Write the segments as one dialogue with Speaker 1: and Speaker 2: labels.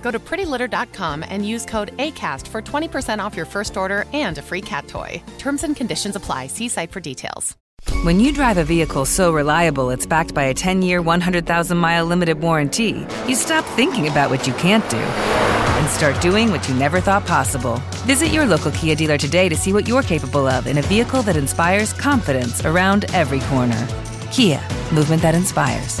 Speaker 1: Go to prettylitter.com and use code ACAST for 20% off your first order and a free cat toy. Terms and conditions apply. See site for details.
Speaker 2: When you drive a vehicle so reliable it's backed by a 10 year, 100,000 mile limited warranty, you stop thinking about what you can't do and start doing what you never thought possible. Visit your local Kia dealer today to see what you're capable of in a vehicle that inspires confidence around every corner. Kia, movement that inspires.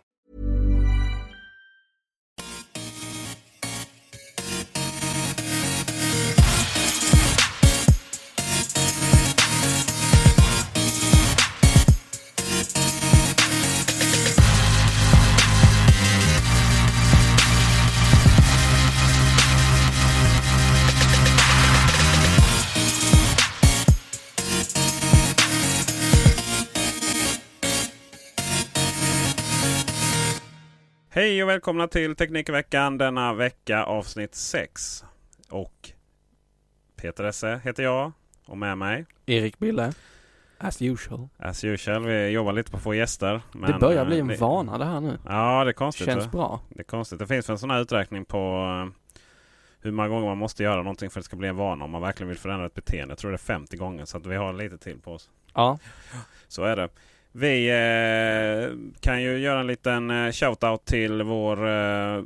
Speaker 3: Hej och välkomna till Teknikveckan denna vecka avsnitt 6. Och Peter Esse heter jag och med mig
Speaker 4: Erik Bille. As usual.
Speaker 3: as usual. Vi jobbar lite på att få gäster. men,
Speaker 4: det börjar
Speaker 3: eh,
Speaker 4: bli en
Speaker 3: det-
Speaker 4: vana det här nu.
Speaker 3: Ja det är konstigt.
Speaker 4: Känns
Speaker 3: va?
Speaker 4: bra.
Speaker 3: det är konstigt. Det finns en sån här uträkning på eh, hur många gånger man måste göra någonting för att det ska bli en vana om man verkligen vill förändra ett beteende. Jag tror det är 50 gånger så att vi har lite till på oss.
Speaker 4: Ja.
Speaker 3: Så är det. Vi eh, kan ju göra en liten eh, shout-out till vår, eh,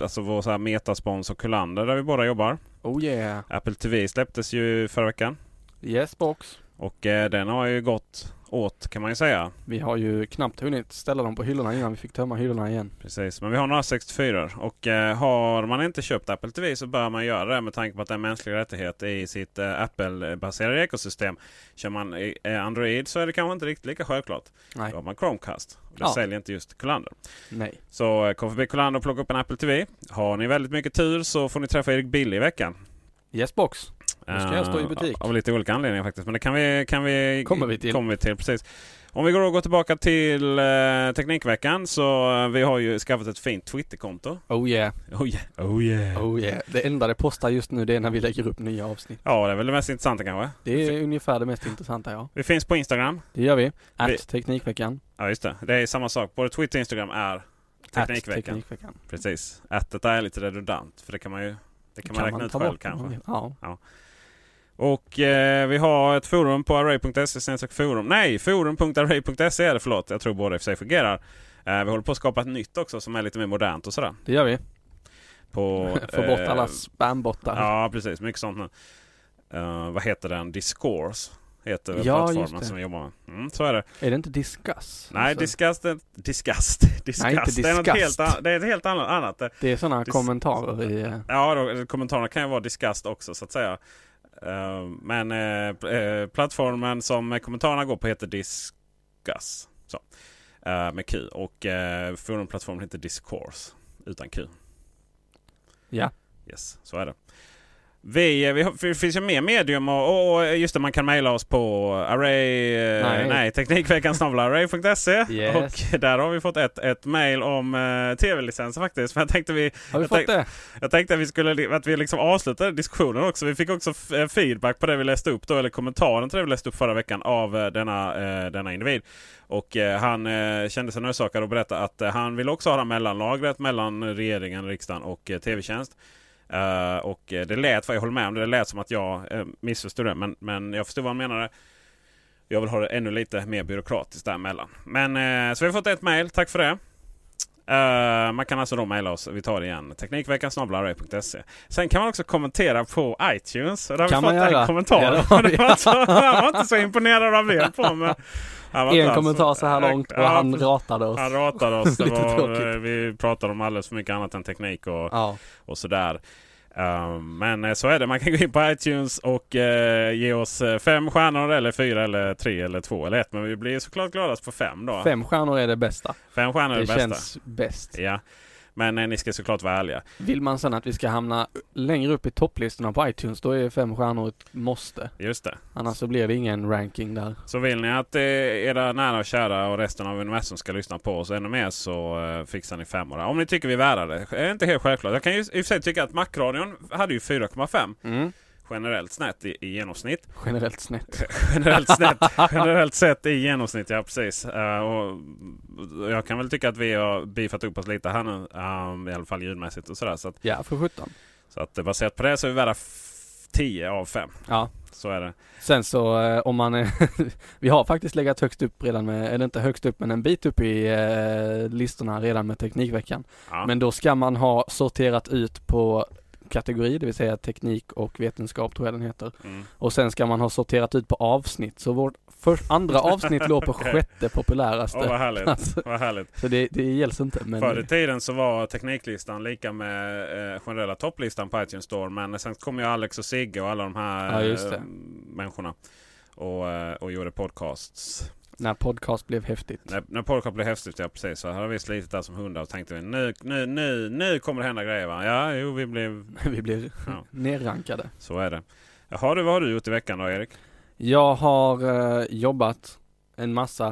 Speaker 3: alltså vår så här metasponsor Kullander där vi båda jobbar.
Speaker 4: Oh yeah.
Speaker 3: Apple TV släpptes ju förra veckan
Speaker 4: Yes box.
Speaker 3: och eh, den har ju gått åt kan man ju säga.
Speaker 4: Vi har ju knappt hunnit ställa dem på hyllorna innan vi fick tömma hyllorna igen.
Speaker 3: Precis, men vi har några 64 och eh, har man inte köpt Apple TV så bör man göra det med tanke på att det är en mänsklig rättighet i sitt eh, Apple-baserade ekosystem. Kör man eh, Android så är det kanske inte riktigt lika självklart.
Speaker 4: Nej.
Speaker 3: Då har man Chromecast. Och det
Speaker 4: Ja.
Speaker 3: säljer inte just Kullander.
Speaker 4: Nej.
Speaker 3: Så eh, kom förbi Kullander och plocka upp en Apple TV. Har ni väldigt mycket tur så får ni träffa Erik Billy i veckan.
Speaker 4: Yes box. Nu ska jag stå i
Speaker 3: Eh,
Speaker 4: butik.
Speaker 3: Av lite olika anledningar faktiskt. Men det kan vi, kan vi,
Speaker 4: Kommer vi till.
Speaker 3: Kommer vi till precis. Om vi går och går tillbaka till eh, Teknikveckan så eh, vi har ju skaffat ett fint Twitterkonto.
Speaker 4: Oh yeah.
Speaker 3: Oh yeah. Oh yeah.
Speaker 4: Oh yeah. Det enda det postar just nu det är när vi lägger upp nya avsnitt.
Speaker 3: Ja, det är väl det mest intressanta kanske.
Speaker 4: Det är ungefär det mest intressanta ja.
Speaker 3: Vi finns på Instagram.
Speaker 4: Det gör vi.
Speaker 3: Vi-
Speaker 4: Att Teknikveckan.
Speaker 3: Ja, just det. Det är samma sak. Både Twitter och Instagram är
Speaker 4: At
Speaker 3: Teknikveckan.
Speaker 4: Teknikveckan.
Speaker 3: Precis. Ätet är lite redundant för det kan man ju det kan, man räkna ut
Speaker 4: ta
Speaker 3: själv
Speaker 4: bort den om
Speaker 3: kanske.
Speaker 4: man vill. Ja.
Speaker 3: Och eh, vi har ett forum på array.se snedstreck forum. Nej, forum.array.se är det förlåt. Jag tror båda i och för sig fungerar. Eh, vi håller på att skapa ett nytt också som är lite mer modernt och sådär.
Speaker 4: Det gör vi.
Speaker 3: På,
Speaker 4: Få bort
Speaker 3: eh,
Speaker 4: alla spambottar.
Speaker 3: Ja precis, mycket sånt nu. Eh, vad heter den? Discourse heter väl
Speaker 4: Ja, just
Speaker 3: plattformen
Speaker 4: det.
Speaker 3: som vi jobbar med. Mm, så är det.
Speaker 4: Är det inte discuss?
Speaker 3: Nej,
Speaker 4: Alltså,
Speaker 3: disgust, är- disgust, disgust.
Speaker 4: Nej, inte
Speaker 3: Det är något helt,
Speaker 4: disgust.
Speaker 3: an- det är ett helt annat. annat. Det-
Speaker 4: Det är sådana
Speaker 3: dis-
Speaker 4: kommentarer i... eh,
Speaker 3: Ja, då, kommentarerna kan ju vara disgust också så att säga. Eh, men eh, pl- eh, plattformen som kommentarerna går på heter Discuss. Så. Eh, med Q. Och eh, forumplattformen heter Discourse. Utan Q.
Speaker 4: Ja.
Speaker 3: Yes, så är det. Vi, eh, vi har, för det finns ju mer medium och, och, och just det, man kan mejla oss på array... eh,
Speaker 4: Nej.
Speaker 3: nej teknikveckan snabel-a array.se.
Speaker 4: Yes.
Speaker 3: Och där har vi fått ett, ett mejl om eh, tv-licenser faktiskt. Men jag tänkte vi
Speaker 4: Har vi
Speaker 3: Jag
Speaker 4: fått
Speaker 3: tänkte-
Speaker 4: det?
Speaker 3: jag tänkte att vi skulle att vi liksom avslutade diskussionen också. Vi fick också f- eh, feedback på det vi läste upp då, eller kommentaren till det vi läste upp förra veckan av eh, denna, eh, denna individ. Och eh, han eh, kände sig nödsakad att berätta att eh, han vill också ha det här mellanlagret mellan regeringen, riksdagen och eh, tv-tjänst. Eh, och eh, det lät, för jag håller med om det, det lät som att jag eh, missförstod det. Men, men jag förstod vad han menade. Jag vill ha det ännu lite mer byråkratiskt däremellan. Men eh, så vi har fått ett mail. Tack för det. Eh, man kan alltså då mejla oss. Vi tar det igen. Teknikveckan snabel-array.se. Sen kan man också kommentera på iTunes. Och där har
Speaker 4: Kan
Speaker 3: vi
Speaker 4: man
Speaker 3: fått en
Speaker 4: göra?
Speaker 3: kommentar.
Speaker 4: Ja, det har
Speaker 3: Det
Speaker 4: vi.
Speaker 3: var inte- Han var inte så imponerad av det. På mig. Han var inte
Speaker 4: En
Speaker 3: alls-
Speaker 4: kommentar så här långt och
Speaker 3: alltså. Ja,
Speaker 4: han
Speaker 3: precis.
Speaker 4: ratade oss.
Speaker 3: Han ratade oss. Det
Speaker 4: Lite
Speaker 3: var,
Speaker 4: tråkigt.
Speaker 3: vi pratade om alldeles för mycket annat än teknik och,
Speaker 4: Ja.
Speaker 3: och sådär. Ehm, men eh, så är det. Man kan gå in på iTunes och eh, ge oss eh, fem stjärnor eller fyra eller tre eller två eller ett. Men vi blir såklart gladast på fem då.
Speaker 4: Fem stjärnor är det bästa.
Speaker 3: Fem stjärnor är det,
Speaker 4: Det
Speaker 3: bästa.
Speaker 4: känns bäst.
Speaker 3: Ja. Men eh, ni ska såklart vara ärliga.
Speaker 4: Vill man sen att vi ska hamna längre upp i topplistorna på iTunes, då är fem stjärnor ett måste.
Speaker 3: Just det.
Speaker 4: Annars så blir det ingen ranking där.
Speaker 3: Så vill ni att eh, era nära och kära och resten av universum ska lyssna på oss ännu mer så eh, fixar ni femmor. Om ni tycker vi är värda det. Det är inte helt självklart. Jag kan ju i och för sig tycka att Macradion hade ju 4,5 generellt snett i, i genomsnitt.
Speaker 4: Generellt snett.
Speaker 3: Generellt, snett, generellt sett i genomsnitt, ja precis. Eh, och jag kan väl tycka att vi har beefat upp oss lite här nu. ehm, I alla fall ljudmässigt och sådär. Så, att,
Speaker 4: Ja, för sjutton.
Speaker 3: så att eh, baserat på det så är vi värda f- 10 av 5.
Speaker 4: Ja.
Speaker 3: Så är det.
Speaker 4: Sen så eh, om man är, Vi har faktiskt legat högst upp redan med, eller inte högst upp men en bit upp i eh, listorna redan med Teknikveckan.
Speaker 3: Ja.
Speaker 4: Men då ska man ha sorterat ut på kategori, det vill säga teknik och vetenskap tror jag den heter.
Speaker 3: Mm.
Speaker 4: Och sen ska man ha sorterat ut på avsnitt. Så vårt för, andra avsnitt låg på
Speaker 3: Okej.
Speaker 4: sjätte populäraste.
Speaker 3: Åh, vad härligt.
Speaker 4: Alltså,
Speaker 3: Vad härligt.
Speaker 4: så det, det gälls inte. Men
Speaker 3: Förr i tiden så var tekniklistan lika med eh, generella topplistan på iTunes Store. Men sen kom ju Alex och Sigge och alla de här
Speaker 4: Ja, just det.
Speaker 3: eh, människorna. Och, eh, och gjorde podcasts.
Speaker 4: när podcast blev häftigt.
Speaker 3: När, när podcast blev häftigt, ja precis. Så hade vi slitit där som hundar och tänkte vi nu, nu, nu, nu kommer det hända grejer va? Ja, jo vi blev...
Speaker 4: Vi blir
Speaker 3: Ja.
Speaker 4: nerrankade.
Speaker 3: Så är det. Jaha du, vad har du gjort i veckan då Erik?
Speaker 4: Jag har eh, jobbat en massa.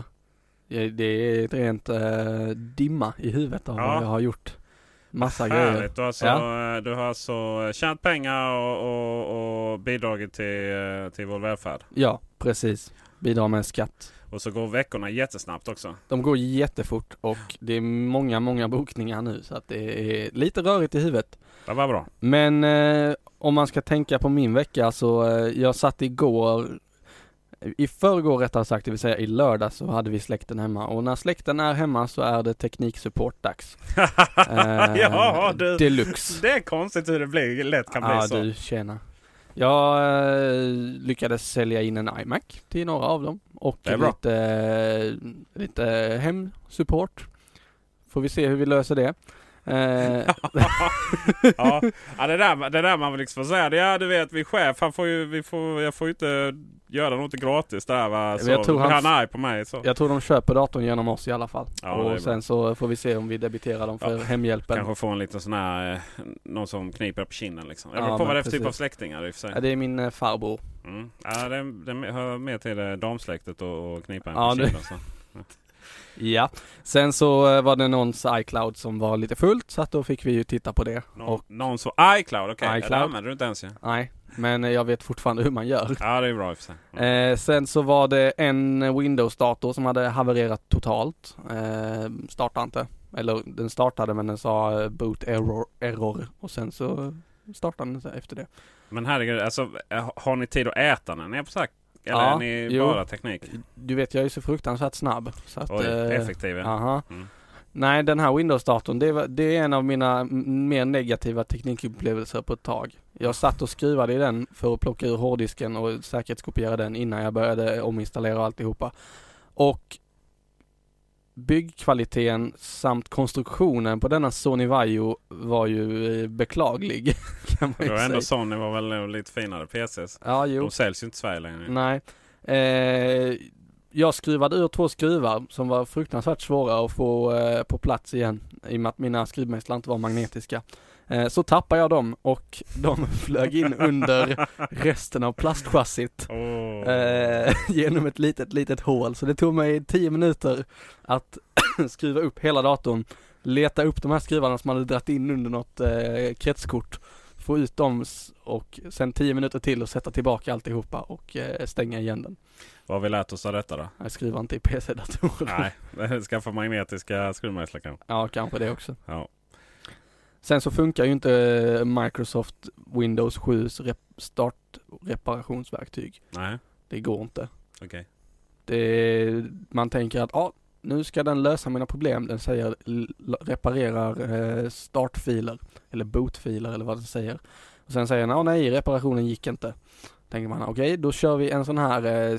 Speaker 4: Eh, Det är ett rent eh, dimma i huvudet av
Speaker 3: Ja.
Speaker 4: vad jag har gjort. Massa grejer.
Speaker 3: Härligt! Du har alltså, eh, du har alltså tjänat pengar och, och, och bidragit till, eh, till vår välfärd.
Speaker 4: Ja, precis. Bidrar med skatt.
Speaker 3: Och så går veckorna jättesnabbt också.
Speaker 4: De går jättefort och det är många, många bokningar nu så att det är lite rörigt i huvudet.
Speaker 3: Det var bra.
Speaker 4: Men eh, om man ska tänka på min vecka så eh, jag satt igår i förrgår rättare sagt, det vill säga i lördag så hade vi släkten hemma och när släkten är hemma så är det tekniksupport-dags. Eh,
Speaker 3: ja du! Det...
Speaker 4: Deluxe.
Speaker 3: är konstigt hur det blir, lätt kan bli
Speaker 4: Ja
Speaker 3: så.
Speaker 4: du, tjena. Jag eh, lyckades sälja in en iMac till några av dem och
Speaker 3: Det är bra.
Speaker 4: lite, eh, lite hemsupport. Får vi se hur vi löser det. Eh,
Speaker 3: ja, ja det, där, det där man väl liksom får säga. Ja du vet min chef han får ju, vi får, jag får ju inte göra något gratis där va. Så,
Speaker 4: jag tror
Speaker 3: blir
Speaker 4: han-
Speaker 3: han arg på mig så.
Speaker 4: jag tror de köper datorn genom oss i alla fall.
Speaker 3: Ja, det är bra.
Speaker 4: och sen så får vi se om vi debiterar dem för
Speaker 3: Ja,
Speaker 4: hemhjälpen.
Speaker 3: Kanske få en liten sån här, eh, någon som kniper på kinden liksom. Jag
Speaker 4: Ja,
Speaker 3: beror på vad
Speaker 4: men
Speaker 3: det är för typ
Speaker 4: precis.
Speaker 3: av släktingar i och för
Speaker 4: Ja,
Speaker 3: sig.
Speaker 4: det är min eh, farbror.
Speaker 3: Mm. Ja, det, det hör mer till det damsläktet och, och knipa en
Speaker 4: Ja,
Speaker 3: på
Speaker 4: det-
Speaker 3: kinden. Så.
Speaker 4: Ja. Sen så eh, var det någons iCloud som var lite fullt så att då fick vi ju titta på det.
Speaker 3: Någon,
Speaker 4: Och
Speaker 3: någon så iCloud, okej. Okay. Det
Speaker 4: iCloud.
Speaker 3: använder du inte ens ja.
Speaker 4: nej, men eh, jag vet fortfarande hur man gör.
Speaker 3: Ja det är bra i och för sig. Mm.
Speaker 4: Eh, sen så var det en Windows-dator som hade havererat totalt. Eh, startade inte. Eller den startade men den sa eh, boot error, error. och sen så startade den så här efter det.
Speaker 3: Men herregud, alltså, eh, har ni tid att äta när ni är på sak? Eller
Speaker 4: Ja,
Speaker 3: är ni
Speaker 4: jo.
Speaker 3: bara teknik?
Speaker 4: Du vet jag är ju så fruktansvärt snabb. Så att,
Speaker 3: Oj,
Speaker 4: eh,
Speaker 3: effektiv ja.
Speaker 4: aha.
Speaker 3: Mm.
Speaker 4: Nej den här Windows-datorn det, var- det är en av mina m- mer negativa teknikupplevelser på ett tag. Jag satt och skruvade i den för att plocka ur hårddisken och säkerhetskopiera den innan jag började ominstallera och alltihopa. Och byggkvaliteten samt konstruktionen på denna Sony Vaio var ju eh, beklaglig. Kan man
Speaker 3: Det
Speaker 4: ju
Speaker 3: var
Speaker 4: säga.
Speaker 3: ändå Sony var väl lite finare PCs.
Speaker 4: Ja, jo. Mm.
Speaker 3: De säljs ju inte i Sverige längre.
Speaker 4: Nej. Eh, jag skruvade ur två skruvar som var fruktansvärt svåra att få eh, på plats igen. I och med att mina skruvmejslar inte var magnetiska. Eh, så tappade jag dem och de flög in under resten av plastchassit.
Speaker 3: Åh.
Speaker 4: Eh, genom ett litet, litet hål. Så det tog mig 10 minuter att skruva upp hela datorn, leta upp de här skruvarna som hade dragit in under något eh, kretskort, få ut dem s- och sen 10 minuter till och sätta tillbaka alltihopa och eh, stänga igen den.
Speaker 3: Vad har vi lärt oss av detta då?
Speaker 4: Jag skruvar inte i PC-datorer.
Speaker 3: Nej, skaffa magnetiska skruvmejslar kanske.
Speaker 4: Ja, kanske det också.
Speaker 3: Ja.
Speaker 4: Sen så funkar ju inte eh, Microsoft Windows 7 rep- startreparationsverktyg.
Speaker 3: Nej,
Speaker 4: Det går inte.
Speaker 3: okej.
Speaker 4: Det, man tänker att ah, nu ska den lösa mina problem. Den säger l- reparerar eh, startfiler eller bootfiler eller vad den säger. Och sen säger den ah, nej, reparationen gick inte. Tänker man okej, då kör vi en sån här eh,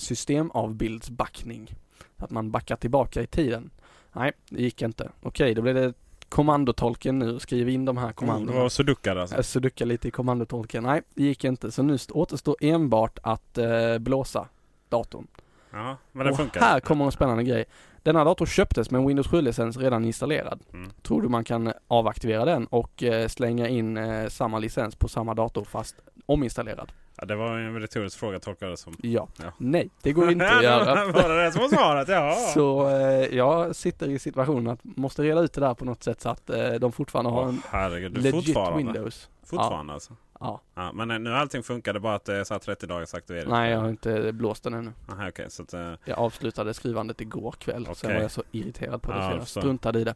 Speaker 4: systemavbildsbackning. Att man backar tillbaka i tiden. Nej, det gick inte. Okej, då blir det kommandotolken nu. Skriv in de här
Speaker 3: Oh, det
Speaker 4: kommandona.
Speaker 3: var sudockar alltså.
Speaker 4: Jag sudockade lite i kommandotolken. Nej, det gick inte. Så nu st- återstår enbart att eh, blåsa datorn.
Speaker 3: Ja, men den
Speaker 4: och
Speaker 3: funkar.
Speaker 4: här kommer en spännande grej. Denna dator köptes med en Windows 7-licens redan installerad.
Speaker 3: Mm.
Speaker 4: Tror du man kan avaktivera den och eh, slänga in eh, samma licens på samma dator fast ominstallerad?
Speaker 3: Ja, det var en retorisk fråga tolkar jag det som.
Speaker 4: Ja.
Speaker 3: Ja.
Speaker 4: Nej, det går inte att
Speaker 3: Ja,
Speaker 4: göra.
Speaker 3: det var det som var svaret. Ja.
Speaker 4: Så eh, jag sitter i situationen att måste reda ut det där på något sätt så att eh, de fortfarande har
Speaker 3: Åh,
Speaker 4: en
Speaker 3: herregud, du
Speaker 4: legit
Speaker 3: fortfarande.
Speaker 4: Windows.
Speaker 3: Fortfarande alltså.
Speaker 4: Ja.
Speaker 3: Ja, men eh, nu har allting funkat, det är bara att det är så här 30 dagars aktivering.
Speaker 4: Nej, jag har inte blåst den ännu.
Speaker 3: Aha, okej, så att, eh,
Speaker 4: Jag avslutade skrivandet igår kväll, sen
Speaker 3: Okej.
Speaker 4: var jag så irriterad på det
Speaker 3: Ja,
Speaker 4: så
Speaker 3: jag
Speaker 4: jag
Speaker 3: förstår.
Speaker 4: struntade i det.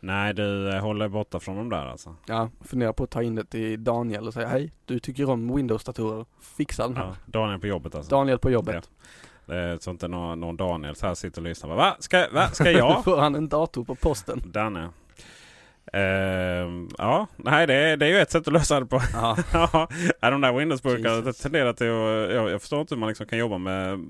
Speaker 3: nej, du eh, håller borta från dem där alltså.
Speaker 4: Jag funderar på att ta in det till Daniel och säga hej, du tycker om Windows-datorer, fixa den här.
Speaker 3: Ja, Daniel på jobbet alltså.
Speaker 4: Daniel på jobbet.
Speaker 3: Det är så inte någon, någon Daniel så här sitter och lyssnar. Bara, va? Ska, va? Ska jag?
Speaker 4: Då får han en dator på posten.
Speaker 3: Danne. Ehm, ja, nej det, är- det är ju ett sätt att lösa det på.
Speaker 4: Ja.
Speaker 3: Ja, de där Windows-burkarna
Speaker 4: Jesus.
Speaker 3: tenderar till att... Jag, jag förstår inte hur man liksom kan jobba med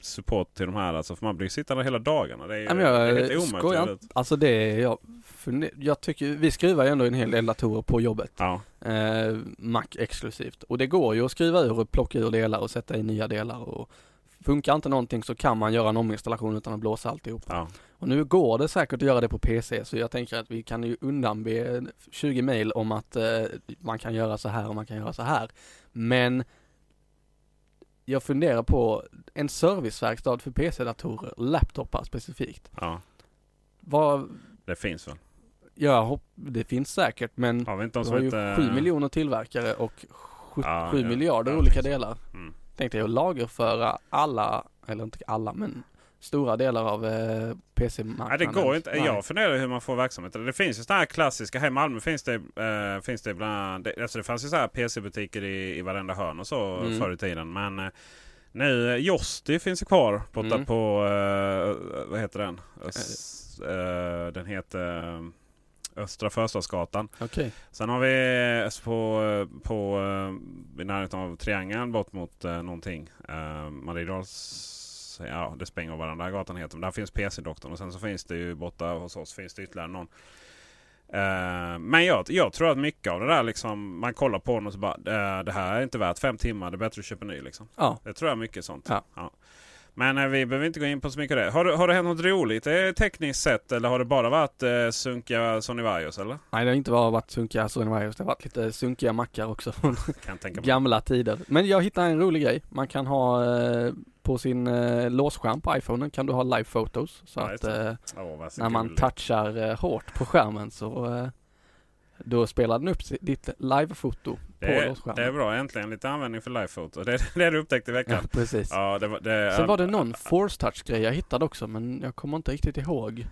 Speaker 3: support till de här. Alltså, för man blir ju sittande hela dagarna. Det är ju
Speaker 4: Nej, men
Speaker 3: det är
Speaker 4: jag
Speaker 3: helt omöjligt.
Speaker 4: skojar inte. Alltså det är, jag, funde- jag tycker, vi skruvar ju ändå en hel del datorer på jobbet.
Speaker 3: Ja,
Speaker 4: Eh, Mac exklusivt. Och det går ju att skruva ur och plocka ur delar och sätta i nya delar och funkar inte någonting så kan man göra en ominstallation utan att blåsa alltihop.
Speaker 3: ja.
Speaker 4: Och nu går det säkert att göra det på PC så jag tänker att vi kan ju undanbe 20 mejl om att eh, man kan göra så här och man kan göra så här. Men jag funderar på en serviceverkstad för PC-datorer, laptopar specifikt.
Speaker 3: ja,
Speaker 4: Vad,
Speaker 3: det finns väl.
Speaker 4: jag hopp, det finns säkert men
Speaker 3: Har vi inte de
Speaker 4: vi
Speaker 3: som
Speaker 4: Mm. har ju
Speaker 3: inte...
Speaker 4: 7 miljoner tillverkare och 7
Speaker 3: Ja, ja,
Speaker 4: miljarder
Speaker 3: ja,
Speaker 4: olika
Speaker 3: precis.
Speaker 4: delar.
Speaker 3: Mm.
Speaker 4: Tänkte jag lagerföra alla, eller inte alla men stora delar av eh,
Speaker 3: Nej,
Speaker 4: PC-marknaden.
Speaker 3: det går ju inte.
Speaker 4: Nej.
Speaker 3: Jag funderar hur man får verksamheter. Det finns ju sådana här klassiska. Här i Malmö finns det, eh, finns det bland annat. det- Alltså det fanns ju så här PC-butiker i, i varenda hörn och så
Speaker 4: Mm.
Speaker 3: förr i tiden. Men eh, nu, eh, Josti finns ju kvar borta
Speaker 4: Mm.
Speaker 3: på, eh, vad heter den? Ös, eh, den heter eh, Östra Förstadsgatan.
Speaker 4: Okej.
Speaker 3: Sen har vi eh, på, eh, på eh, i närheten av Triangeln bort mot eh, någonting. Eh, Mariedals, ja det spränger av varandra gatan heter. Men där finns PC-doktorn och sen så finns det ju borta hos oss finns det ytterligare någon. Eh, men jag, jag tror att mycket av det där liksom man kollar på den och så bara eh, det här är inte värt fem timmar. Det är bättre att köpa en ny liksom.
Speaker 4: Ja.
Speaker 3: Det tror jag är mycket sånt.
Speaker 4: Ja.
Speaker 3: Men eh, vi behöver inte gå in på så mycket av det. Har, du- har det hänt något roligt eh, tekniskt sett eller har det bara varit eh, sunkiga Sony Vario eller?
Speaker 4: Nej, det har inte bara varit sunkiga Sony Marios, det har varit lite sunkiga mackar också från
Speaker 3: Kan jag tänka mig.
Speaker 4: gamla tider. Men jag hittade en rolig grej. Man kan ha eh, på sin eh, låsskärm på iPhonen kan du ha live photos. Så
Speaker 3: Ja,
Speaker 4: att
Speaker 3: just det.
Speaker 4: eh,
Speaker 3: Åh, vad så
Speaker 4: när man
Speaker 3: gulligt.
Speaker 4: touchar eh, hårt på skärmen så eh, då spelar den upp si- ditt live-foto på
Speaker 3: det, är, det är
Speaker 4: låsskärmen.
Speaker 3: bra, äntligen lite användning för lifefoto. Det är det du upptäckte i
Speaker 4: Ja,
Speaker 3: veckan.
Speaker 4: precis.
Speaker 3: Ja, det var, det,
Speaker 4: Sen var det någon force touch grej jag hittade också men jag kommer inte riktigt ihåg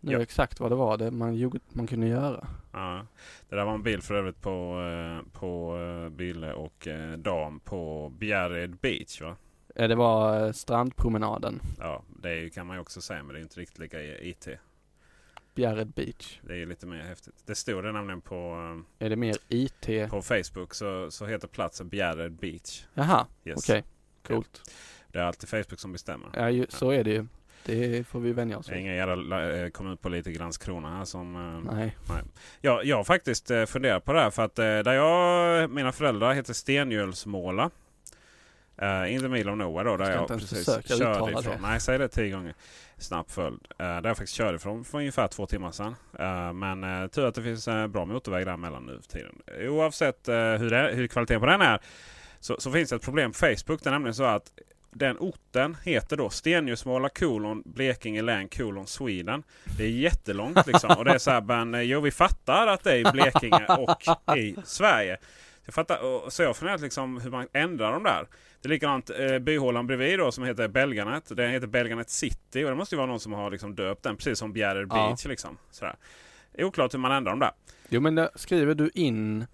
Speaker 4: nu
Speaker 3: Ja.
Speaker 4: exakt vad det var det man, gjorde- man kunde göra.
Speaker 3: Ja, det där var en bild för övrigt på, eh, på eh, Bille och eh, Dam på Bjärred Beach. Va?
Speaker 4: Eh, Det var eh, strandpromenaden,
Speaker 3: Ja, det är ju- kan man ju också säga, men det är ju inte riktigt lika i- IT.
Speaker 4: Bjärred Beach.
Speaker 3: Det är ju lite mer häftigt. Det stod det nämligen på,
Speaker 4: Är det mer IT?
Speaker 3: eh, på Facebook så, så heter platsen Bjärred Beach.
Speaker 4: Jaha,
Speaker 3: Yes.
Speaker 4: okej. Coolt.
Speaker 3: Det är alltid Facebook som bestämmer.
Speaker 4: Ja, ju, så är det ju. Det får vi vänja oss
Speaker 3: Det är
Speaker 4: vid.
Speaker 3: inga jävla eh, kommunpolitiker i Landskrona här som eh,
Speaker 4: Nej.
Speaker 3: Ja, jag har faktiskt eh, funderat på det här för att eh, där jag, mina föräldrar heter Stenhjulsmåla. Uh, in the middle of nowhere då. Där
Speaker 4: Ska
Speaker 3: jag
Speaker 4: inte ens
Speaker 3: precis
Speaker 4: försöka
Speaker 3: körde
Speaker 4: uttala
Speaker 3: ifrån.
Speaker 4: det.
Speaker 3: Nej, säg det tio gånger. Snabb följd. Eh, där jag faktiskt körde ifrån för ungefär två timmar sedan. Eh, men eh, tur att det finns eh, bra motorväg där mellan nu för tiden. Oavsett eh, hur, det, hur kvaliteten på den är så, så finns det ett problem på Facebook. Det är nämligen så att den orten heter då Stenljusmåla kolon Blekinge län kolon Sweden. Det är jättelångt liksom. Och det är så här, men eh, jo vi fattar att det är i Blekinge och i Sverige. Jag fattar, och, så jag har funderat liksom hur man ändrar de där. Det är likadant eh, byhålan bredvid då som heter Belganet. Den heter Belganet City och det måste ju vara någon som har liksom döpt den precis som Bjärred
Speaker 4: Ja.
Speaker 3: Beach liksom. Sådär. Det är oklart hur man ändrar dem där.
Speaker 4: Jo men eh, skriver du in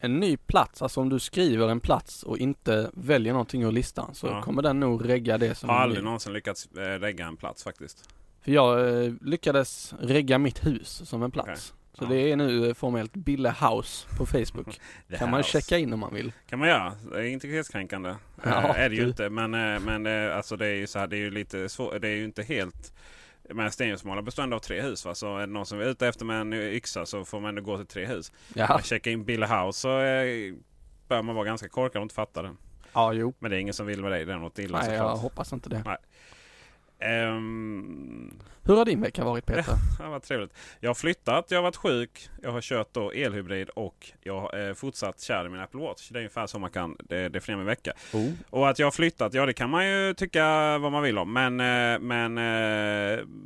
Speaker 4: en ny plats, alltså om du skriver en plats och inte väljer någonting ur listan så
Speaker 3: Ja.
Speaker 4: kommer den nog regga det som
Speaker 3: Har
Speaker 4: den
Speaker 3: aldrig
Speaker 4: vill.
Speaker 3: någonsin lyckats eh, lägga en plats faktiskt.
Speaker 4: För jag eh, lyckades regga mitt hus som en plats. Så
Speaker 3: Ja.
Speaker 4: det är nu eh, formellt Bille House på Facebook.
Speaker 3: Det
Speaker 4: kan
Speaker 3: här
Speaker 4: man
Speaker 3: också.
Speaker 4: checka in om man vill.
Speaker 3: kan man göra. Det är integritetskränkande. Eh,
Speaker 4: Ja,
Speaker 3: är det ju
Speaker 4: du.
Speaker 3: inte. Men, eh, men eh, alltså det är ju så här, det är ju lite svårt. Det är ju inte helt... Men Stenljusmåla bestående av tre hus. Va? Så är det någon som är ute efter med en yxa så får man ändå gå till tre hus.
Speaker 4: Ja,
Speaker 3: Checka in Bill House så eh, bör man vara ganska korkad och inte fatta den.
Speaker 4: ja jo.
Speaker 3: Men det är ingen som vill med dig. Det är något illa
Speaker 4: Nej, jag
Speaker 3: såklart.
Speaker 4: hoppas inte det.
Speaker 3: Ehm,
Speaker 4: Hur har din vecka varit Peter?
Speaker 3: Ja, vad trevligt. Jag har flyttat, jag har varit sjuk, jag har kört då elhybrid och jag har eh, fortsatt kär i min Apple Watch. Det är ungefär så man kan eh, definiera min vecka.
Speaker 4: Oh.
Speaker 3: Och att jag har flyttat, ja det kan man ju tycka vad man vill om. Men, eh, men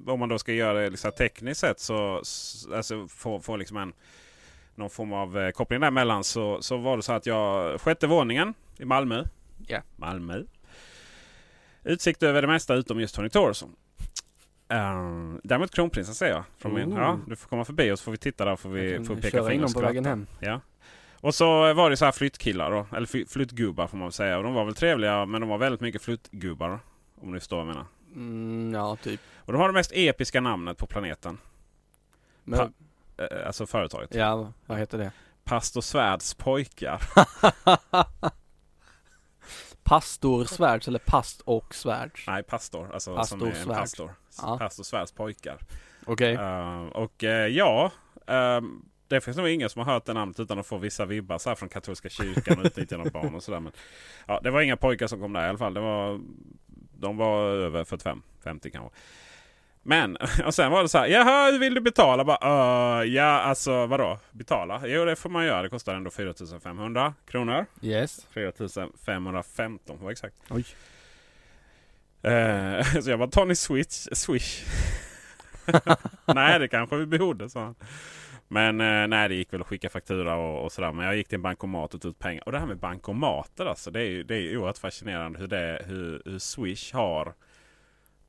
Speaker 3: eh, om man då ska göra det liksom tekniskt sett så s- alltså, få, få liksom en, någon form av eh, koppling däremellan så, så var det så att jag, sjätte våningen i Malmö.
Speaker 4: Ja.
Speaker 3: Malmö. Utsikt över det mesta utom just Tony Torsson. Um, däremot kronprinsen ser jag. Från min,
Speaker 4: Oh.
Speaker 3: ja, du får komma förbi och så får vi titta där och får vi får vi peka
Speaker 4: köra in
Speaker 3: finger och
Speaker 4: dem på vägen
Speaker 3: skratta.
Speaker 4: hem.
Speaker 3: Och så var det så här flyttkillar då. Eller fly- flyttgubbar får man väl säga. Och de var väl trevliga men de var väldigt mycket flyttgubbar. då, Om ni förstår vad jag menar.
Speaker 4: Mm, ja, typ.
Speaker 3: Och de har det mest episka namnet på planeten.
Speaker 4: Men,
Speaker 3: Eh, alltså företaget.
Speaker 4: ja, vad heter det?
Speaker 3: Pastor Svärds pojkar.
Speaker 4: Pastor Svärds eller Past och Svärds?
Speaker 3: Nej, pastor. Alltså
Speaker 4: Pastor
Speaker 3: som är en
Speaker 4: Svärd.
Speaker 3: pastor.
Speaker 4: Ja.
Speaker 3: Pastor Svärds pojkar.
Speaker 4: Okej.
Speaker 3: Eh, och eh, ja. ehm, det finns nog ingen som har hört det namnet utan att få vissa vibbar så här från katolska kyrkan och utnyttjande av barn och sådär. Men, ja, det var inga pojkar som kom där i alla fall. Det var, de var över 45, 50 kanske. Men, och sen var det så här. Jaha, hur vill du betala? Bara, "Eh, ja, alltså vadå? Betala? Jo, det får man göra. Det kostar ändå 4500 kronor.
Speaker 4: Yes.
Speaker 3: 4515 för att vara exakt.
Speaker 4: Oj.
Speaker 3: Eh, så jag bara Tony Switch, Swish. nej det kanske vi borde sa han. Men eh, nej det gick väl att skicka faktura och, och sådär. Men jag gick till en bankomat och tog ut pengar. Och det här med bankomater alltså. Det är ju det är ju oerhört fascinerande hur, det, hur, hur Swish har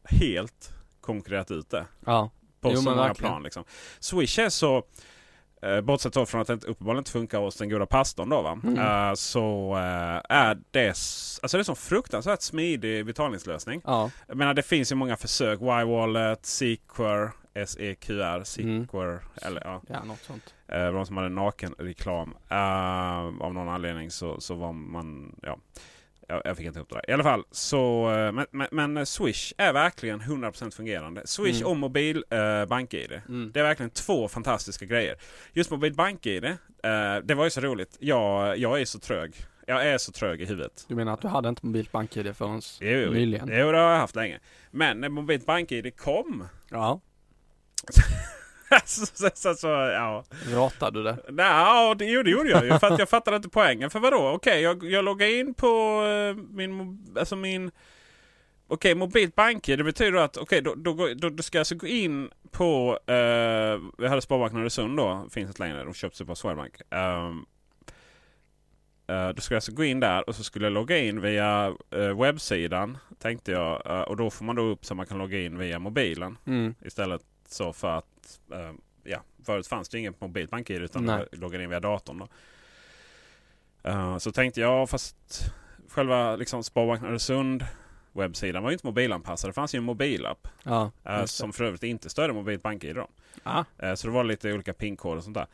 Speaker 3: helt konkurrerat ut det.
Speaker 4: Ja.
Speaker 3: På
Speaker 4: Jo,
Speaker 3: så
Speaker 4: men
Speaker 3: många
Speaker 4: verkligen.
Speaker 3: plan liksom. Swish är så eh, Bortsett då från att det inte- uppenbarligen inte funkar hos den goda pastorn då
Speaker 4: Mm.
Speaker 3: va. Eh, så eh, är det, s- alltså det är en sån fruktansvärt smidig betalningslösning.
Speaker 4: Ja.
Speaker 3: Jag menar det finns ju många försök. Y-Wallet, E Sequer, SEQR, Sequer.
Speaker 4: Mm.
Speaker 3: Eller, ja.
Speaker 4: Ja, något sånt.
Speaker 3: Eh, de som hade nakenreklam. Eh, av någon anledning så, så var man... Ja. Jag, jag fick inte ihop det där. I alla fall så... eh, Men, men, men Swish är verkligen 100% fungerande. Swish och mobil eh, bank-id. Det är verkligen två fantastiska grejer. Just mobil bank-id. Eh, det var ju så roligt. Jag, jag är så trög. Jag är så trög i huvudet.
Speaker 4: Du menar att du hade inte mobilt bank-id förrän
Speaker 3: Jo, jo,
Speaker 4: nyligen?
Speaker 3: jo, det har jag haft länge. Men när mobilt bank-id kom.
Speaker 4: Ja.
Speaker 3: så, så, så, så, ja.
Speaker 4: Ratade du det?
Speaker 3: Nej, det, jo, det gjorde jag ju. För att jag fattade inte poängen. För vadå? Okej, jag, jag loggar in på eh, min... mo- Alltså min... Okej, mobilt bank-id. Det betyder att okej, då, då, går- då, då ska jag alltså gå in på... Eh, jag hade Sparbanken Öresund då. Finns inte längre. De köptes upp av Swedbank. Ehm, eh, då skulle jag alltså gå in där och så skulle jag logga in via eh, webbsidan. Tänkte jag. Eh, och då får man då upp så man kan logga in via mobilen
Speaker 4: Mm.
Speaker 3: istället. Så för att eh, ja, förut fanns det ju ingen mobilt bank-id utan
Speaker 4: Nej.
Speaker 3: jag loggade in via datorn. Då. Eh, så tänkte jag fast själva liksom, Sparbanken Öresund webbsidan var ju inte mobilanpassad. Det fanns ju en mobilapp
Speaker 4: Ja.
Speaker 3: eh,
Speaker 4: just det.
Speaker 3: som för övrigt inte stödde mobilt bank-id. Då.
Speaker 4: Ah.
Speaker 3: Eh, Så det var lite olika PIN-koder och sånt där.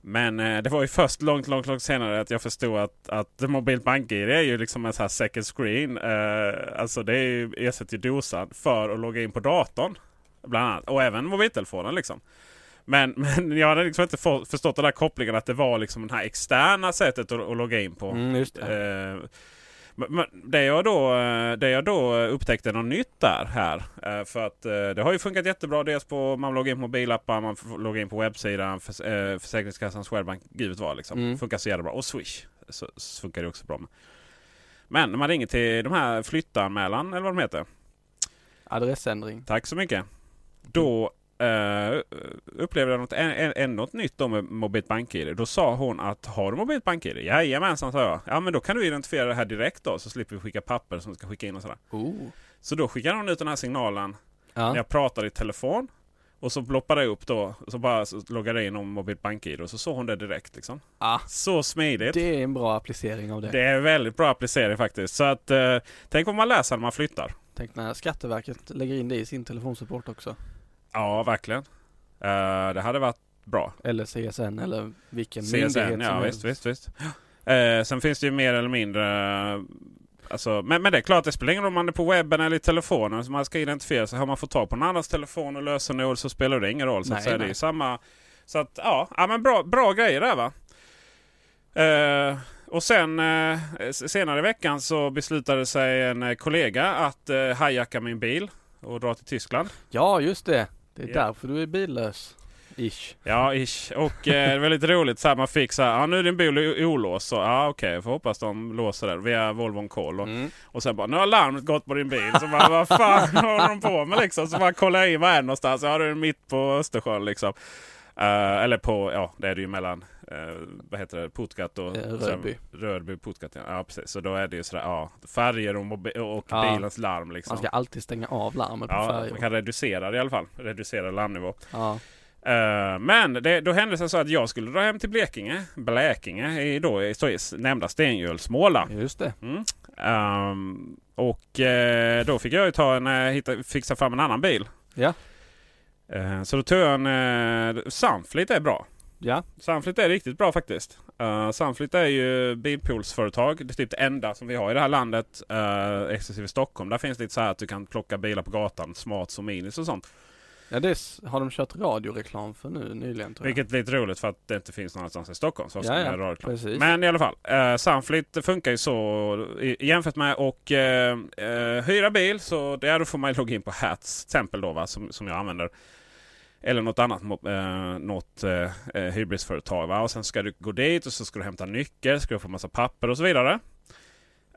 Speaker 3: Men eh, det var ju först långt, långt, långt senare att jag förstod att, att Mobilt BankID är ju liksom en sån här second screen. Eh, alltså det är ju, ersätter ju dosan för att logga in på datorn. Bland annat. Och även mobiltelefonen liksom. Men, men jag hade liksom inte få- förstått den där kopplingen att det var liksom det här externa sättet att, att logga in på.
Speaker 4: Mm, just det.
Speaker 3: Eh, men- men det jag, då, eh, det jag då upptäckte något nytt där här. eh, För att eh, det har ju funkat jättebra. Dels på man loggar in på mobilappar, man f- loggar in på webbsidan, förs eh, Försäkringskassan, Swedbank, givet vad liksom.
Speaker 4: Mm.
Speaker 3: Funkar så jävla bra. Och Swish så, så funkar det också bra med. Men när man ringer till de här flyttanmälan eller vad de heter.
Speaker 4: Adressändring.
Speaker 3: Tack så mycket. Då eh, upplevde jag något, en, en, en, något nytt då med Mobilt BankID. Då sa hon att har du Mobilt BankID? Jajamensan sa jag. Ja men då kan du identifiera det här direkt då så slipper vi skicka papper som ska skicka in och sådär.
Speaker 4: Oh.
Speaker 3: Så då skickade hon ut den här signalen
Speaker 4: Ja.
Speaker 3: när jag pratar i telefon. Och så ploppade det upp då. Så bara så loggade jag in om Mobilt BankID och så såg hon det direkt. Liksom.
Speaker 4: Ah,
Speaker 3: Så smidigt.
Speaker 4: det är en bra applicering av det.
Speaker 3: Det är en väldigt bra applicering faktiskt. Så att eh, tänk vad man läser när man flyttar.
Speaker 4: Tänk när Skatteverket lägger in det i sin telefonsupport också.
Speaker 3: Ja, verkligen. Eh, det hade varit bra.
Speaker 4: Eller CSN eller vilken
Speaker 3: CSN, ja visst, visst, visst. Eh, sen finns det ju mer eller mindre... eh, Alltså, men, men det är klart, det spelar ingen roll om man är på webben eller i telefonen. Så man ska identifiera sig. Har man fått tag på någon annans telon och lösenord så spelar det ingen roll. Så,
Speaker 4: Nej,
Speaker 3: att säga, det är
Speaker 4: nej.
Speaker 3: ju samma... Så att ja, ja men bra, bra grejer där va. Eh, och sen eh, s- senare i veckan så beslutade sig en eh, kollega att eh, hijacka min bil och dra till Tyskland.
Speaker 4: Ja, just det. Det är
Speaker 3: Ja.
Speaker 4: därför du är billös. Ish.
Speaker 3: Ja, ish. Och eh, det var lite roligt så här. Man fick så här. Ja, nu är din bil o- olåst. Så, ja, okej. får hoppas de låser den via Volvon Call. Och,
Speaker 4: Mm.
Speaker 3: och sen bara. Nu har larmet gått på din bil. Så bara, vad fan håller de på med liksom? Så man kollar in. Var är den någonstans? Ja, det är mitt på Östersjön liksom. Eh, eller på, ja det är det ju mellan, eh, vad heter det, Puttgat och
Speaker 4: Eh, Rödby.
Speaker 3: Rödby, Puttgat, ja. ja precis. Så då är det ju sådär, ja, färger och, mobi- och
Speaker 4: Ja.
Speaker 3: bilens larm liksom.
Speaker 4: Man ska alltid stänga av larmet på
Speaker 3: ja, man
Speaker 4: färjor.
Speaker 3: kan reducera det i alla fall. Reducera larmnivå.
Speaker 4: Ja.
Speaker 3: Eh, men det, då hände det så att jag skulle dra hem till Blekinge. Blekinge i, då, i, så i s- nämnda Stenjölsmåla.
Speaker 4: Just det.
Speaker 3: Mm. Ehm, och eh, då fick jag ju ta en, eh, hitta, fixa fram en annan bil.
Speaker 4: Ja.
Speaker 3: Eh, så då tog jag en... Uh, Sunflit är bra.
Speaker 4: Ja.
Speaker 3: Sunflit är riktigt bra faktiskt. Uh, Sunflit är ju bilpoolsföretag. Det är typ det enda som vi har i det här landet. eh, exklusive Stockholm. Där finns det lite så här att du kan plocka bilar på gatan. Smart som minis och sånt.
Speaker 4: ja, det s- har de kört radioreklam för nu nyligen tror jag.
Speaker 3: Vilket är lite roligt för att det inte finns någon annanstans i Stockholm. Så
Speaker 4: Ja,
Speaker 3: ja,
Speaker 4: ja,
Speaker 3: ja,
Speaker 4: precis.
Speaker 3: Men i alla fall, eh, Sunflit funkar ju så i- jämfört med och eh, eh, hyra bil. Så där då får man ju logga in på Hats till exempel då, va, som, som jag använder. Eller något annat mo- eh, något, eh, eh, hybrisföretag. Va? Och sen ska du gå dit och så ska du hämta nyckel, ska du få massa papper och så vidare.